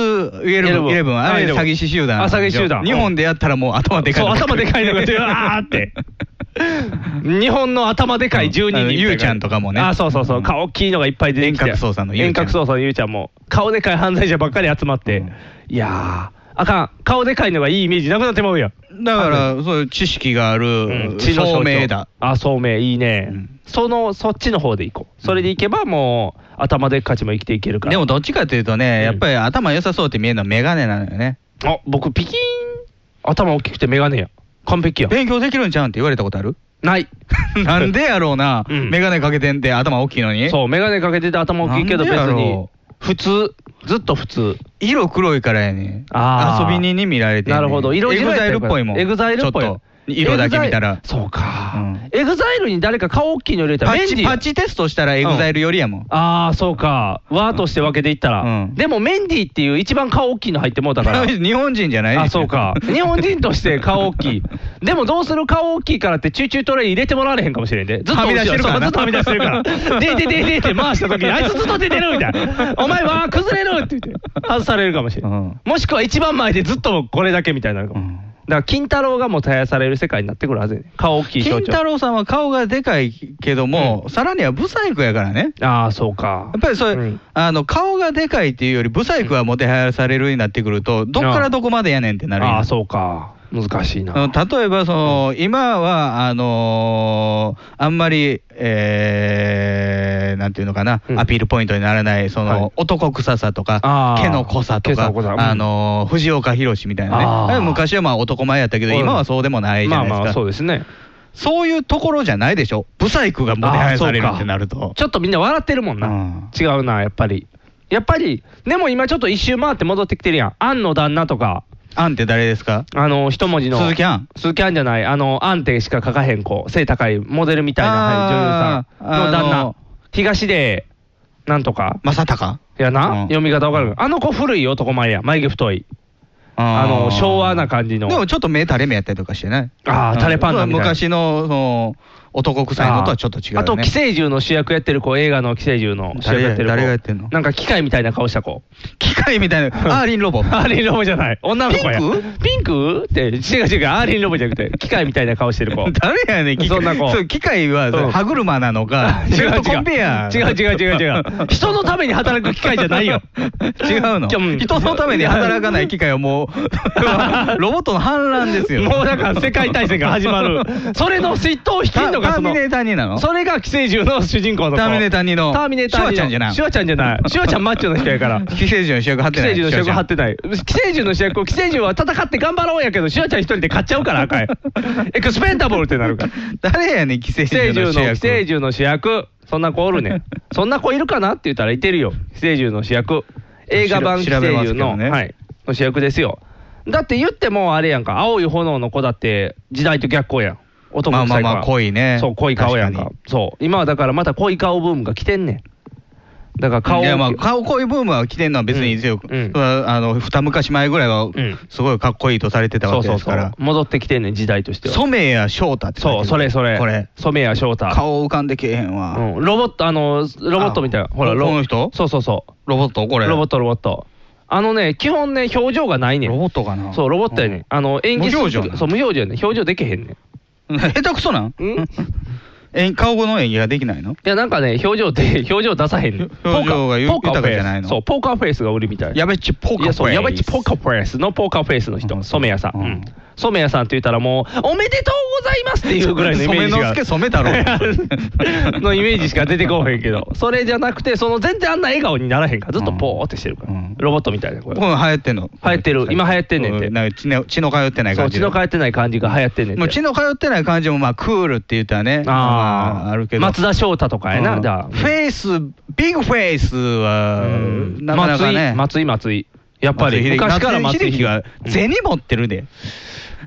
S3: 11
S4: 11、あれ詐欺師集団。
S3: あ詐欺師集団
S4: 日本でやったらもう頭でかい
S3: そう、
S4: の。
S3: 頭でかいのが、うわーって。日本の頭でかい12人みたいな。
S4: ゆうちゃんとかもね
S3: あ、そうそうそう。顔大きいのがいっぱい出てきて。
S4: 遠隔操作のゆうちゃ
S3: 遠
S4: ん
S3: 隔操作のゆうちゃんも。顔でかい犯罪者ばっかり集まって。いやー、あかん。顔でかいのがいいイメージなくなってまうやん。
S4: だから、そういう知識がある、
S3: 知の象徴
S4: 聡明だ。。
S3: あ、聡明、いいね。その、そっちの方でいこう。それでいけばもう、頭でっかちも生きていけるから。
S4: でも、どっちかというとね、やっぱり頭良さそうって見えるのはメガネなのよね。
S3: あ、僕、ピキーン。頭大きくてメガネや。完璧や。
S4: 勉強できるんちゃうんって言われたこと ある
S3: ない。
S4: なんでやろうな、メガネかけてんって頭大きいのに。
S3: そう、メガネかけてて頭大きいけど別
S4: なんでや
S3: に
S4: ろ。
S3: 普通。ずっと普通。
S4: 色黒いからやね。
S3: あ
S4: 遊
S3: ー
S4: び人に見られてんね、
S3: なるほど色
S4: エ
S3: 白
S4: グ
S3: い
S4: ザイルっぽいもん。
S3: エグザイルっぽい
S4: ちょっと色だけ見た
S3: エグ
S4: ら。
S3: そうか。エグザイルに誰か顔大きいの入れたら
S4: パッ
S3: メンデ
S4: チ
S3: ィー
S4: パッチテストしたらエグザイルよりやもん。
S3: ああ、そうか。和として分けていったら。でも、メンディーっていう一番顔大きいの入ってもうた から。
S4: 日本人じゃない
S3: あ、そう か。日本人として顔大きい。でも、どうする顔大きいからって、チューチュートレイ入れてもらわれへんかもしれんで。ずっと
S4: はみ出してるからな
S3: そうずっとはみ出してる から。で、で、で、で、って回した時に、あいつずっと出てるみたいな。お前は崩れるって言って、外されるかもしれん。もしくは一番前でずっとこれだけみたいになるかも。だから、金太郎がもう絶やされる世界になってくるはずやね顔大きい象
S4: 金
S3: 徴。
S4: 太郎さんは顔がでかいけども、さらにはブサイクやからね。
S3: ああ、そうか。
S4: やっぱりそれ、あの顔がでかいっていうより、ブサイクはもてはやされるようになってくると、どっからどこまでやねんってなる
S3: ああ、そうか。難しいな。
S4: うん例えばその、今はあのーあんまり、えーなんていうのかな、アピールポイントにならない、その、男臭さとか
S3: あ、ー
S4: 毛の濃さと
S3: 毛
S4: か、
S3: の濃さうん
S4: あのー藤岡弘みたいなね、
S3: あー
S4: あれ昔はまあ男前やったけど、
S3: うん
S4: 今はそうでもないじゃないですか。
S3: まあまあそうですね
S4: そういうところじゃないでしょ、ブサイクがもてはやされるってなる
S3: あーそう
S4: と
S3: か。ちょっとみんな笑ってるもんな、違うなやっぱりやっぱりでも今ちょっと一周回って戻ってきてるやんアンの旦那とか
S4: アンって誰ですか
S3: あの一文字の
S4: 鈴木アン
S3: 鈴木アンじゃないあのアンってしか書かへん子背高いモデルみたいな
S4: あ
S3: はい
S4: ー
S3: 女優さんの旦
S4: あ
S3: 那
S4: の
S3: 東でなんとか
S4: 正隆
S3: やな、読み方わかるあの子古い男前や眉毛太いあの昭和な感じの
S4: でもちょっと目垂れ目やったりとかしてね。
S3: あー垂れパンダみたいな
S4: 昔のその男臭いのとはちょっと違う、ね。
S3: あと寄生獣の主役やってる子映画の寄生獣の主役やってる子
S4: 誰誰がやってんの
S3: なんか機械みたいな顔した子
S4: 機械みたいなアーリンロボ
S3: アーリンロボじゃない女の子や
S4: ピン
S3: ピンクって違う違うアーリンロボじゃなくて機械みたいな顔して る子
S4: 誰やねん機械
S3: そんな子
S4: そう機械は
S3: うん
S4: 歯車なのか、
S3: 違う違う
S4: ベルトコンベヤー
S3: 違う違う違う違う人のために働く機械じゃないよ
S4: 違うの
S3: うん
S4: 人のために働かない機械は もうロボットの反乱ですよ
S3: もうだから世界大戦が始まるそれの筆頭を引きんのが
S4: タタ
S3: そ
S4: ー
S3: の
S4: ミネーター2なの
S3: それが寄生獣の主人公の子
S4: ターミネーター2の
S3: ターミネーター2の
S4: シュワちゃんじゃない
S3: シュワちゃんじゃないシュワちゃんマッチョの人や から
S4: 寄生獣の主役張って
S3: 寄
S4: な
S3: 生獣の
S4: い
S3: 主役張ってない。寄生獣の主役を寄生獣は戦って頑張ろうやけど、シュワちゃん一人で勝っちゃうから、 赤い。エクスペンダブルってなるから。
S4: 誰やねん寄生
S3: 寄生
S4: 獣
S3: 獣
S4: の主
S3: の
S4: 役
S3: 寄生獣の主役。そんな子おるね ん。そんな子いるかなって言ったらいてるよ。寄生獣の主役。映画版寄生獣
S4: 調べますけ
S3: の,、
S4: どね
S3: はい、の主役ですよ。だって言ってもあれやんか、青い炎の子だって時代と逆行やん。男臭いから
S4: まあまあまあ濃いね
S3: そう、濃い顔やんか
S4: 確
S3: そう。今はだからまた濃い顔ブームが来てんねん。だから顔
S4: いやまあ顔こういうブームは来てんのは別に強く、それはあの二昔前ぐらいはすごいかっこいいとされてた
S3: そ
S4: わ
S3: う
S4: け
S3: そ
S4: で
S3: う
S4: す
S3: そ
S4: から
S3: う。戻ってきてんねん、時代としては。
S4: 染谷翔太って書いて
S3: そう、それそれ。
S4: これ
S3: 染谷翔太。
S4: 顔浮かんでけえへんわ、
S3: うんロボット、あの、ロボットみたいな。ほら、
S4: こ
S3: ロ
S4: この人
S3: そうそうそう。
S4: ロボットこれ
S3: ロボット、ロボット。あのね、基本ね、表情がないねん。ロボットかなそう、ロボットやねん。あの、演技する
S4: 無表情な
S3: そう、無表情やねん。表情できへんねん。
S4: 下手くそなんえ顔の演技ができないの
S3: いや、なんかね、表情で、 表情出さへんねん。
S4: 表情が
S3: ポーカー
S4: 豊かじゃないの
S3: ポーカーフェイスそう、ポーカーフェイスが売りみたい。
S4: やべっちポーカー
S3: いや、そう、
S4: フェイス
S3: やべっちポーカーフェイスのポーカーフェイスの人、染谷さん。うん染谷さんって言ったらもう、おめでとうございますっていうぐらいのイメージが。
S4: 染之助染
S3: 太郎のイメージしか出てこへんけど、それじゃなくて、その全然あんな笑顔にならへんから、ずっとポーってしてるから、ロボットみたいな声。
S4: これ流行ってんの
S3: 流行ってる、今流行ってんねんって。
S4: なんか血の血の通ってない
S3: そう、
S4: 感
S3: 血
S4: じ
S3: の通ってない感じが流行ってんねん
S4: もう
S3: て。
S4: 血の通ってない感じもまあクールって言ったらね
S3: あ
S4: あるけど
S3: 松田翔太とかやな、
S4: うん
S3: じゃあ。
S4: フェイスビッグフェイスはなかなかね
S3: 松井、松井、松井。やっぱり、昔から松井
S4: 秀喜が銭持ってるで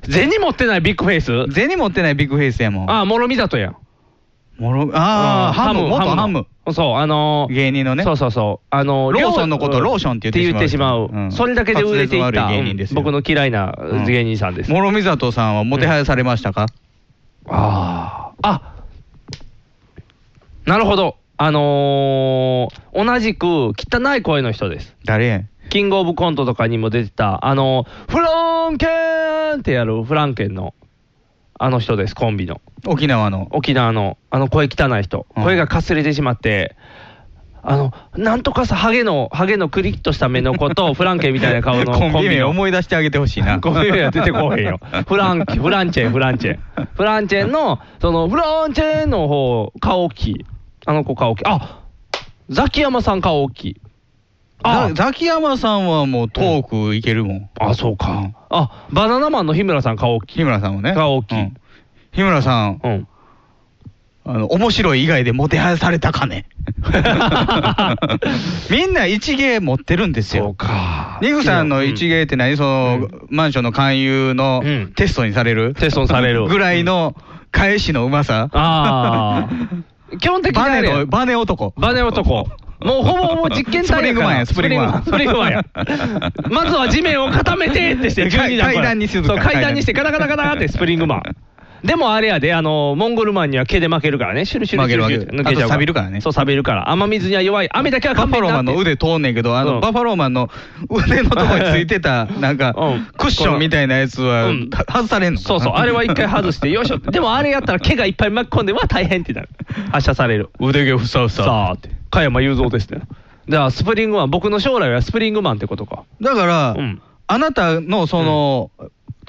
S3: 銭持ってないビッグフェイス
S4: 銭持ってないビッグフェイスやもん
S3: ああ、諸見里やん。
S4: もろああハム元ハム
S3: のそう、あのー
S4: 芸人のね
S3: そうそうそう。あの
S4: ローソンのこと
S3: うん
S4: ローションって言ってしまう
S3: って言ってしまうそれだけで売れていっ
S4: 滑
S3: た
S4: 舌の悪い芸人ですよ
S3: うん僕の嫌いな
S4: うん
S3: 芸人さんです。
S4: 諸見里さんはもてはやされましたか、
S3: ああ。あなるほど。あのー同じく汚い声の人です。
S4: 誰やん
S3: キングオブコントとかにも出てた、あのーフランケンってやるフランケンの、あの人です、コンビの。
S4: 沖縄の
S3: 沖縄の、あの声汚い人。声がかすれてしまって、あの、なんとかさ、ハゲの、ハゲのクリッとした目の子 と、フランケンみたいな顔の
S4: コンビ名
S3: の
S4: 思い出してあげてほしい な
S3: コンビ名は出てこへんよ。フランキ、フランチェン、フランチェン。フランチェンの、その、フランチェンの方、顔大きい。あの子顔大きい。あザキヤマさん顔大きい。
S4: あザキヤマさんはもうトークいけるもん、
S3: あそうか、あバナナマンの日村さん顔大きい。
S4: 日村さんもね
S3: 顔大きい。
S4: 日村さん、あの面白い以外でもてはやされた かねみんな一芸持ってるんですよ。ニグさんの一芸って何、その、マンションの勧誘のテストにされる、テ
S3: ストにされる
S4: ぐらいの返しのうまさ。
S3: あー基本的にあ
S4: バ
S3: れ
S4: ネ
S3: や
S4: の、バネ男。
S3: バネ男。もうほぼほぼ実験体やから
S4: スプリングマンやス
S3: ス
S4: プ
S3: プ
S4: リ
S3: リ
S4: ン
S3: ン
S4: グ
S3: グ
S4: マ
S3: マ
S4: ン
S3: ン やまずは地面を固めてってして
S4: 階
S3: 12段
S4: 階段にする
S3: そう
S4: から
S3: 階段にしてガタガタガタってスプリングマンでもあれやであのモンゴルマンには毛で負けるからねシュルシュルシュルシュル
S4: 負ける負けるあと錆びるからね
S3: そう錆びるから雨水には弱い雨だけは
S4: バ
S3: 頑
S4: フ
S3: 張
S4: ァローマン
S3: な
S4: の
S3: って
S4: 腕通んねんけど、あ
S3: う
S4: の
S3: ん
S4: バファローマンの腕のとこについてた、なんか、クッションみたいなやつは、は外されんの
S3: そうそうあれは一回外してよいしょでもあれやったら毛がいっぱい巻き込んでは大変ってなる発射される
S4: 腕毛ふさふさ
S3: さあって加山雄三ですねじゃあスプリングマン僕の将来はスプリングマンってことか
S4: だから、あなたのその、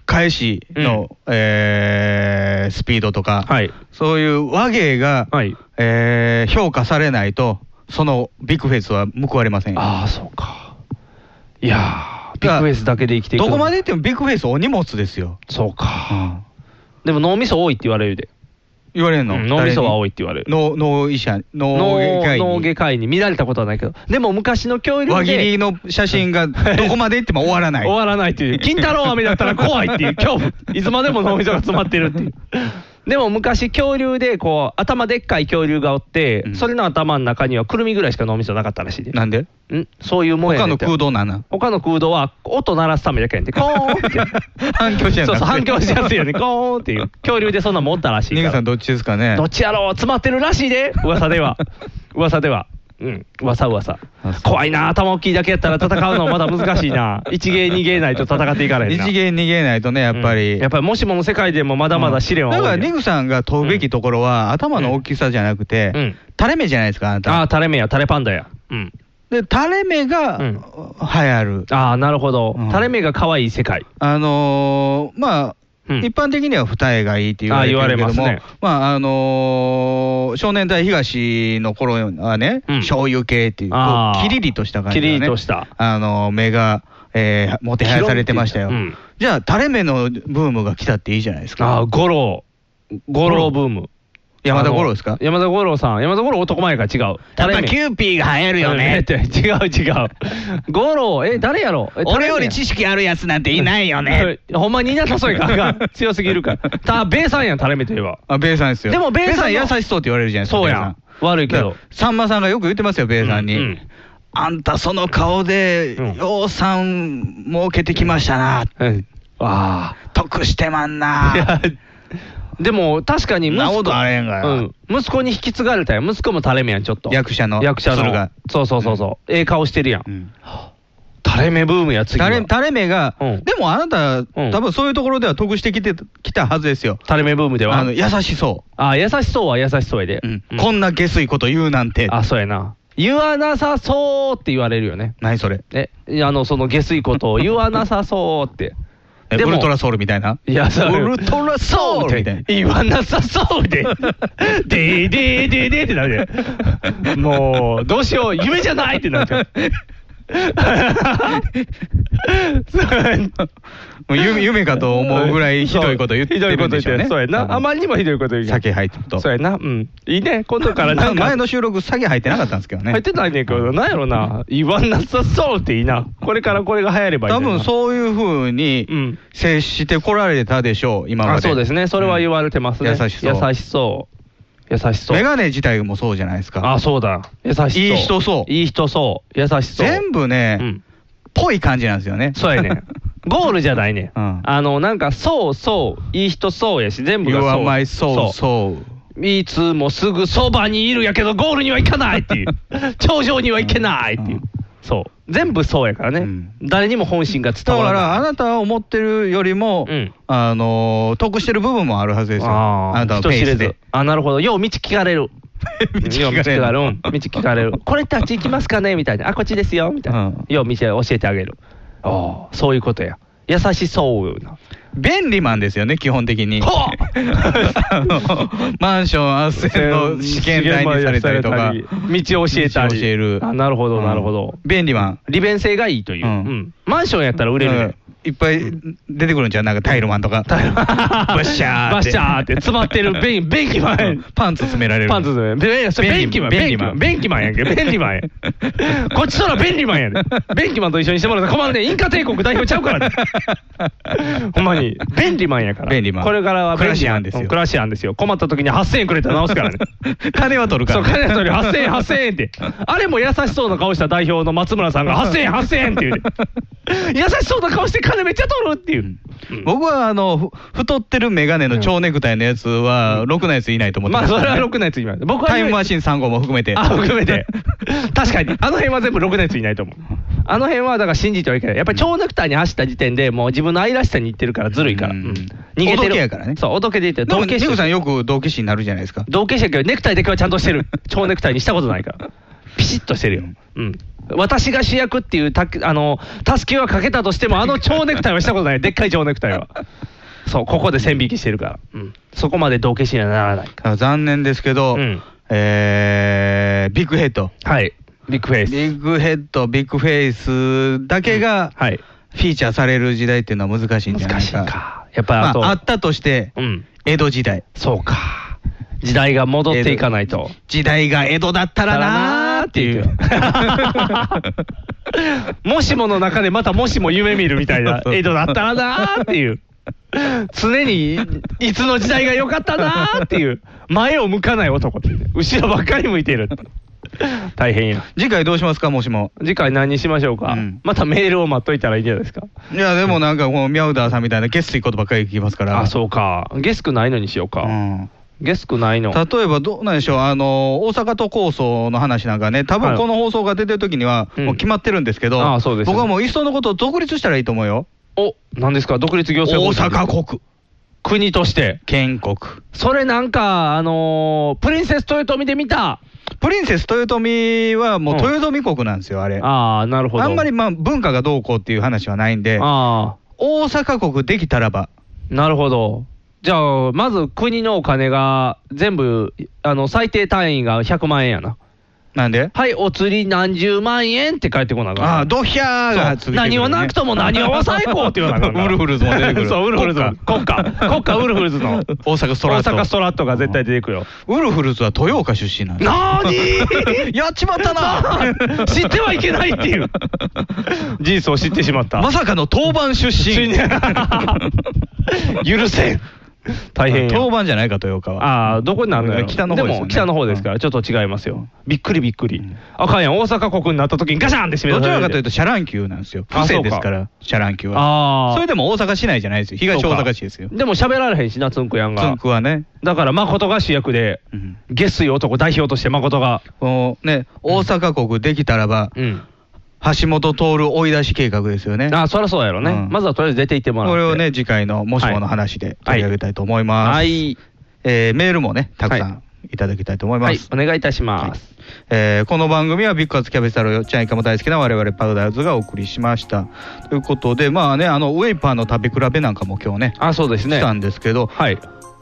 S4: 返しの、えースピードとか、そういう和芸が、えー評価されないと、そのビッグフェイスは報われませんあ
S3: あ、そうか。いやービッグフェイスだけで生きていく
S4: どこまで行ってもビッグフェイスお荷物ですよ。
S3: そうか、でも脳みそ多いって言われるで
S4: 言われるの、
S3: うん脳みそは多いって言われる
S4: 脳脳医者脳外科医
S3: 脳外科医に見られたことはないけどでも昔の教育で
S4: 輪切りの写真 がどこまで行っても終わらない
S3: 終わらないって いう金太郎飴だったら怖いっていう恐怖いつまでも脳みそが詰まってるっていう でも昔恐竜でこう頭でっかい恐竜がおって、それの頭の中にはくるみぐらいしか脳みそなかったらしいで
S4: なんで
S3: んそういうもんや
S4: 他
S3: ねん
S4: の
S3: って
S4: 空洞なんなん
S3: 他の空洞は音鳴らすためだけやねんてコーンって
S4: 反響しやす
S3: そ
S4: い
S3: う そう反響しやすいよ ねコーンっていう恐竜でそんなん持ったらしい
S4: ニ
S3: か
S4: グ
S3: ら
S4: さんどっちですかね
S3: どっちやろう詰まってるらしい で噂では 噂ではうん噂噂怖いな頭大きいだけやったら戦うのまだ難しい な一芸二芸ないと戦っていかれへんな
S4: 一芸逃げないとねやっぱり、
S3: やっぱりもしもの世界でもまだまだ試練は多い
S4: だからニグさんが問うべきところは、頭の大きさじゃなくて、垂れ目じゃないですかあなた
S3: ああ垂れ目や垂れパンダやうん
S4: で垂れ目が、
S3: うん
S4: 流行る
S3: ああなるほど、垂れ目が可愛い世界
S4: あのーまあ、一般的には二重がいいって言われてるけども
S3: あ言われますね
S4: まああのー少年隊東の頃はね、醤油系っていうこ
S3: あ
S4: う
S3: ー
S4: キリリとした感じの、ね、
S3: キリリとした
S4: あのー目が、えー、もてはやされてましたよ、
S3: 広いっていうか
S4: じゃあ垂れ目のブームが来たっていいじゃないですか
S3: ああ五郎五郎ブーム
S4: 山田五郎です
S3: あ
S4: か
S3: の山田五郎さん山田五郎男前から違う
S4: やっぱキューピーが流行るよね
S3: って 違う違う五郎え誰やろえ
S4: 俺より知識あるやつなんていないよね
S3: ほんまにいなさそうやからあかん強すぎるからただベイさんやん垂れ目といえば
S4: あベイさんですよ
S3: でもベイさん
S4: ベ
S3: の
S4: イ優しそうって言われるじゃないですか
S3: そうや
S4: ベイさ
S3: ん悪いけ
S4: だ
S3: ど
S4: からさんまさんがよく言ってますよ、ベイさんに。あんた、その顔で、ようさん儲けてきましたな、
S3: あ
S4: 得してまんな、
S3: でも確かに息
S4: な
S3: 子
S4: ことあれへんがな
S3: うん息子に引き継がれたやん息子も垂れ目やんちょっと
S4: 役者の
S3: 役者
S4: 鶴
S3: の
S4: が
S3: そうそうそうそうええ顔してるやん垂れ目ブームや次は
S4: 垂れ垂れ目が、でもあなた、多分そういうところでは得してきてきたはずですよ、
S3: 垂れ目ブームでは
S4: あの優しそう、
S3: ああ優しそうは優しそうやで
S4: こんな下水こと言うなんて、
S3: あそうやな言わなさそうって言われるよね
S4: 何それ、
S3: えあのその下水こと を言わなさそうって
S4: えウルトラソウルみたいな、
S3: いやそう
S4: ウルトラソウルみたいな、
S3: 言わなさそうで、でーでーでーでーってなるで、もう、どうしよう、夢じゃないってなっちゃう。
S4: もう夢夢かと 思うぐらいひどいこと言って
S3: ひどい
S4: る
S3: こ
S4: ん
S3: と
S4: でしょ
S3: 言
S4: う
S3: って
S4: ね。
S3: るそうやなあまりにもひどいこと言う
S4: 酒入ってると。
S3: そうやな、うん、いいね、今度からなんか
S4: 前の収録、酒入ってなかったんですけどね。
S3: 入ってないねんけど、なんやろな、言わなさそうっていいな、これからこれが流行ればいい
S4: 多
S3: のにな
S4: 分そういうふうに接してこられたでしょう、今まで。
S3: あそうですね、それは言われてますね、
S4: うん優しそう
S3: 優しそう、優しそう
S4: メ、ガネ自体もそうじゃないですか。
S3: あそうだ、優しそう、
S4: いい人そう。
S3: いい人そう、優しそう、
S4: 全部ね、ぽい感じなんですよね。
S3: そうやね んゴールじゃないね、ん、あのなんかそうそういい人そうやし全部が
S4: You
S3: そう
S4: are my soul,
S3: そう
S4: soul.
S3: いつもすぐそばにいるやけどゴールには行かないって いう頂上には行けないっていう、そう全部そうやからね、誰にも本心が
S4: だ
S3: 伝わ
S4: から
S3: ない
S4: ら、あなたは思ってるよりも、あのー、得してる部分もあるはずですよ。
S3: あ
S4: あ
S3: ー
S4: なたの
S3: 人
S4: ペ
S3: 知れ
S4: ース
S3: ず
S4: で。
S3: あなるほどよう道聞かれ る道
S4: 聞かれる
S3: るうん道聞かれ るこれってあっち行きますかねみたいなあこっちですよみたいな、よう道教えてあげるああそういうことや優しそうな
S4: 便利マンですよね、基本的に。 あ のマンション斡旋の試験台にされたり とか。
S3: 道を教えたりあなるほどなるほど、
S4: 便利マン。
S3: 利便性がいいという、うんマンションやったら売れるね、
S4: いっぱい出てくるんじゃん、なんかタイルマン とか、バッシャー
S3: バッシャーって詰まってるベンベンキマン
S4: うんパンツ詰められる、
S3: パンツ詰めベンそれベンキマン
S4: ベンキマン
S3: ベンキマンやんけベンキマンやん こっちそらベンキマンやでベンキマンと一緒にしてもらったら困るねインカ帝国代表ちゃうからね ほんまにベンキマンやから
S4: ベンリマン
S3: これからは
S4: クラシアン
S3: ベキマクラシアンですよ困った時に8000円くれたら直す からね
S4: 金は取るから、
S3: そう金は取る8000円8000円ってあれも優しそうな顔した代表の松村さんが8000円8000円って言うて 優しそうな顔して金めっちゃ取るっていう
S4: 僕はあのふ太ってる眼鏡の蝶ネクタイのやつは、ろくなやついないと思って
S3: まあそれはろく
S4: な
S3: なやついない僕は
S4: タイムマシーン3号も含めて、
S3: あ 含めて確かにあの辺は全部ろくなやついないと思うあの辺はだから信じてはいけないやっぱり蝶ネクタイに走った時点でもう自分の愛らしさにいってるからずるいから、うん逃げてる
S4: おどけやからね
S3: そうおどけでいって
S4: でも、
S3: 同
S4: ニ
S3: 系して
S4: グさん、
S3: る
S4: よく同期士になるじゃないですか。
S3: 同系してるけどネクタイだけはちゃんとしてる蝶ネクタイにしたことないからピシッとしてるようん私が主役っていうたあのたすきはかけたとしてもあの蝶ネクタイはしたことないでっかい蝶ネクタイはそうここで線引きしてるから、うん、そこまで同系士にはならない
S4: だから残念ですけど、えービッグヘッド、
S3: はい、ビッグフェイス、
S4: ビッグヘッド、ビッグフェイスだけが、フィーチャーされる時代っていうのは難しいんじゃないか。難しいか
S3: やっぱりあと
S4: あ、ったとして、江戸時代。
S3: そうか。時代が戻っていかないと。
S4: 時代が江戸だったらなーっていう。
S3: もしもの中でまたもしも夢見るみたいな江戸だったらなーっていう。常にいつの時代が良かったなーっていう。前を向かない男っていうね後ろばっかり向いてる。大変や。
S4: 次回どうしますか、もしも。
S3: 次回何にしましょうか。またメールを待っといたらいいんじゃないですか。
S4: いや、でもなんか、このミャウダーさんみたいなゲスいことばっかり聞きますから。
S3: あ、そうか。ゲスクないのにしようか。ゲスクないの。
S4: 例えば、どうなんでしょう、あの大阪都構想の話なんかね、多分この放送が出てる時には、もう決まってるんですけど、
S3: ああそうですよね
S4: 僕はもう、いっそのこと、独立したらいいと思うよ。
S3: お何ですか、独立行政
S4: 大
S3: 法人
S4: 阪国。
S3: 国として。
S4: 建国。
S3: それなんか、あのープリンセス豊臣で見た。
S4: プリンセス豊臣はもう豊臣国なんですよ、あれ。
S3: ああ、なるほど。
S4: あんまりまあ文化がどうこうっていう話はないんで、
S3: あ
S4: 大阪国できたらば、
S3: なるほど。じゃあ、まず国のお金が全部、あの、最低単位が100万円やな。
S4: なんで
S3: はい、お釣り何十万円って返ってこなあかん
S4: ああ、ドヒャーが
S3: そう何はなくとも何は最高って言わなあかんから
S4: ウルフルズも出てくる
S3: そう、ウルフル ズ。国家。国家ウルフルズの。
S4: 大阪ストラット
S3: 大阪ストラットが絶対出てくるよ。
S4: ウルフルズは豊岡出身なんですよ
S3: な ーに
S4: やっちまった な
S3: 知ってはいけないっていう。事実を知ってしまった。
S4: まさかの当番出身。
S3: 許せん。大 変
S4: 当番じゃないか、豊岡は。
S3: ああ、どこになるのやろ
S4: 北の方ですよね
S3: でも北の方ですから、ちょっと違いますよ。びっくりびっくり。あかんやん、大阪国になった時にガシャンって閉め
S4: ど
S3: た
S4: ちらかというと、シャラン級なんですよ。
S3: あそ
S4: 不正
S3: うか
S4: ですから、シャラン級
S3: あ
S4: は。
S3: ー
S4: それでも大阪市内じゃないですよ。東大阪市ですよ。
S3: でも喋られへんしな、つんくやん
S4: つ
S3: が
S4: ん。くはね。
S3: だから、誠が主役で、下水男代表として誠が。
S4: このね、大阪国できたらば、橋本徹追い出し計画ですよね。
S3: ああ、そりゃそうやろね。
S4: うん
S3: まずはとりあえず出て行ってもらう。
S4: これをね、次回のもしもの話で取り上げたいと思います。
S3: はい。
S4: えーメールもね、たくさんいただきたいと思います。
S3: はい、お願いいたします。
S4: えーこの番組はビッグカツキャベツ太郎よっちゃんいかも大好きな我々パウダーズがお送りしましたということでまあねあのウェイパーの食べ比べなんかも今日ね
S3: あ、そうですね。
S4: したんですけど、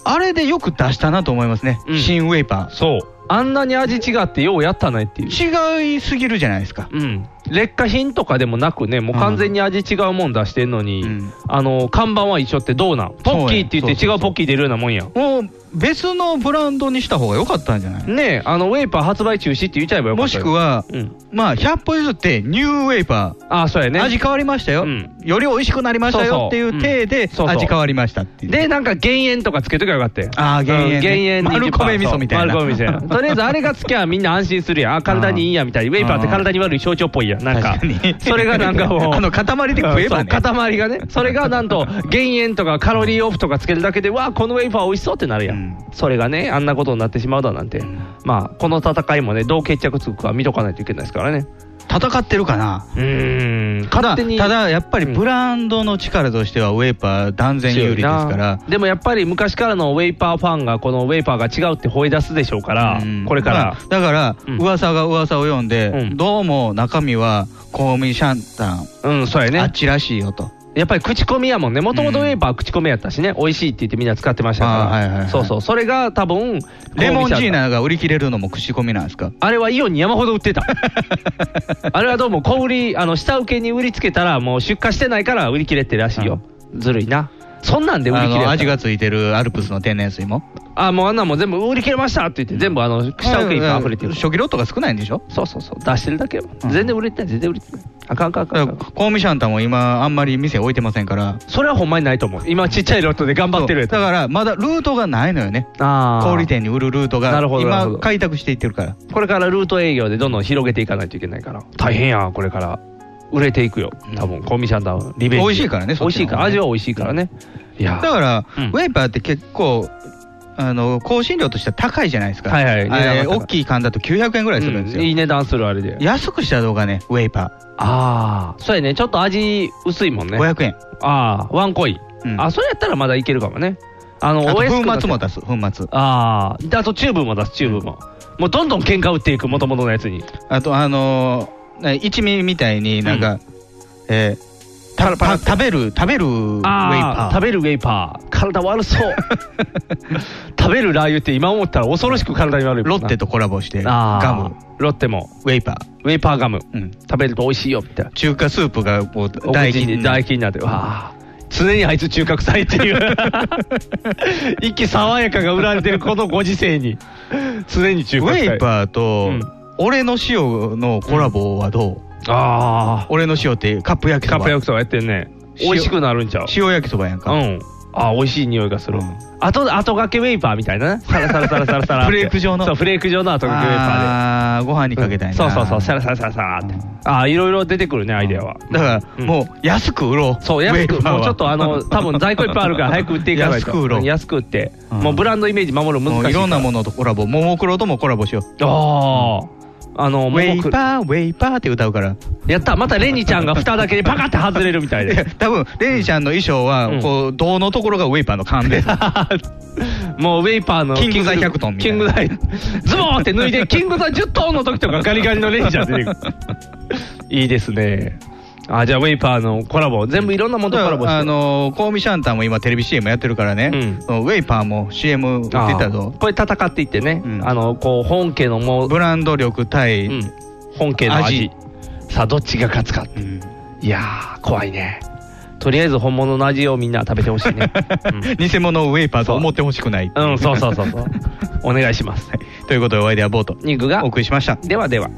S4: あれでよく出したなと思いますね、新ウェイパ
S3: そう。あんなに味違ってようやったねっていう。
S4: ー違いすぎるじゃないですか
S3: うん。劣化品とかでもなくね、もう完全に味違うもん出してんのに、あの、看板は一緒ってどうなんポッキーって言って
S4: そ
S3: 違うポッキー出るようなもんやん。
S4: もう別のブランドにした方が良かったんじゃない
S3: ねえ、あの、ウェイパー発売中止って言っちゃえばよか
S4: も
S3: った
S4: し
S3: よ。
S4: くは、まあ100歩譲ってニューウェイパー
S3: ああ、そうやね。
S4: 味変わりましたよ、より美味しくなりましたよっていう体で
S3: そうそううんそうそう
S4: 味変わりましたっていう
S3: で、なんか減塩とかつけときゃよかったよ。
S4: あー減塩ね
S3: うん減塩
S4: 丸米味噌みたいな
S3: そう丸米味 噌やとりあえずあれがつきゃみんな安心するやん。あ、体にいいやみたいな。ウェイパーって体に悪い象徴っぽいやん。なんか。それがなん かもう。
S4: あの塊で食えばね
S3: そう塊がね。それがなんと、減塩とかカロリーオフとかつけるだけで、わあ、このウェイパー美味しそうってなるやん。それがね、あんなことになってしまうだなんて。まあ、この戦いもね、どう決着つくか見とかないといけないですからね。
S4: 戦ってるかな
S3: うーん。
S4: ただ
S3: 勝手に。
S4: ただやっぱりブランドの力としてはウェイパー断然有利ですから
S3: でもやっぱり昔からのウェイパーファンがこのウェイパーが違うって吠え出すでしょうから、これか
S4: ま
S3: ら
S4: あ、だから噂が噂を読んでどうも中身は香味シャンタン
S3: うんそうやね
S4: あっちらしいよと
S3: やっぱり口コミやもんね、もともとウェーパーは口コミやったしね、美味しいって言ってみんな使ってましたから、そうそう、それが多分
S4: レモンジー
S3: な
S4: ナが売り切れるのも口コミなんですか
S3: あれはイオンに山ほど売ってた、 あれはどうも小売り、あの下請けに売りつけたら、もう出荷してないから売り切れてるらしいよ、ずるいな、そんなんで売り切れ
S4: あ
S3: た
S4: の
S3: ら
S4: 味がついてるアルプスの天然水も
S3: あもうあんなんもう全部売り切れましたって言って、全部あの下請けに溢れてる、
S4: 初期ロットが少ないんでしょ
S3: そうそうそう出してるだけよ全然売れてない全然売れてないあかんあかんあかんあかん
S4: コウミシャンタンも今あんまり店置いてませんから
S3: それはほんまにないと思う今ちっちゃいロットで頑張ってる
S4: だからまだルートがないのよね小売店に売るルートが
S3: なるほどなるほ
S4: 今
S3: ど
S4: 開拓していってるから
S3: これからルート営業でどんどん広げていかないといけないから大変やこれから売れていくよ多分コンビシャンダウンリベンジ
S4: 美味しいからね
S3: 美味しいから味は美味しいからねいや
S4: だから、ウェイパーって結構あの香辛料としては高いじゃないですか
S3: はいはい値段が
S4: あれ
S3: 高い
S4: 大きい缶だと900円ぐらいするんですよ、
S3: いい値段するあれで
S4: 安くした動画ねウェイパー
S3: ああそうやねちょっと味薄いもんね
S4: 500円
S3: ああワンコインあそれやったらまだいけるかもねあの
S4: あと
S3: お安く
S4: 粉末も出す粉末
S3: ああであとチューブも出すチューブももうどんどん喧嘩売っていくもともとのやつに
S4: あとあのーね一味みたいになんか、えーたた食べる食べるウ
S3: あ
S4: ェイパ
S3: あ食べるウェイパー体悪そう 食べるラー油って今思ったら恐ろしく体に悪いロッテ
S4: とコラボして
S3: ガムロッテも
S4: ウェイパー
S3: ウェイパーガム、食べると美味しいよみたいな
S4: 中華スープがもう
S3: 唾液に唾液になってわあ常にあいつ中華臭いって いう一気爽やかが売られてるこのご時世に常に中華臭い
S4: ウェイパーと、俺の塩のコラボはどう、
S3: ああ
S4: 俺の塩ってカップ焼きそ
S3: カ
S4: ば
S3: ップ焼きそばやってんね美味しくなるんちゃう
S4: 塩焼きそばやんか
S3: うんあー美味しい匂いがする、あと後掛けウェイパーみたいなねサラサラサラサラサラって
S4: フレーク状の
S3: そうフレーク状の後掛けウェイパーで
S4: あーご飯にかけたいな、
S3: そうそうそうサラサラサラサラってああいろいろ出てくるねアイデアは
S4: だからもう安く売ろう
S3: そう安く
S4: ウェイパーは
S3: もうちょっとあ の多分在庫いっぱいあるから早く売っていかないと
S4: 安く売ろう
S3: 安く売ってもうブランドイメージ守るの難しいか
S4: もう
S3: ら
S4: いろんなものとコラボももクロともコラボしよう
S3: あああの
S4: ウェイパーウェイパーって歌うから
S3: やったまたレニちゃんが蓋だけでパカって外れるみたい
S4: い や
S3: で
S4: 多分レニちゃんの衣装はこう胴のところがウェイパーの 勘で
S3: もうウェイパーの
S4: キングザ100トンみたいな
S3: キングザズボンって脱い でキングザ10トンの時とかガリガリのレニちゃん出てくるいいですねあじゃあウェイパーのコラボ全部いろんなものとコラボして
S4: あのーコウミシャンタンも今テレビ CM やってるからね、そのウェイパーも CM 出てたぞ
S3: これ戦っていってね、あのこう本家のもう
S4: ブランド力対、
S3: 本家の味さあどっちが勝つかって、いやー怖いねとりあえず本物の味をみんな食べてほし いね
S4: 偽物をウェイパーと思ってほしくない
S3: うんそうそうそうそうお願いします
S4: ということでお相手はボート
S3: 肉が
S4: お送りしました
S3: ではでは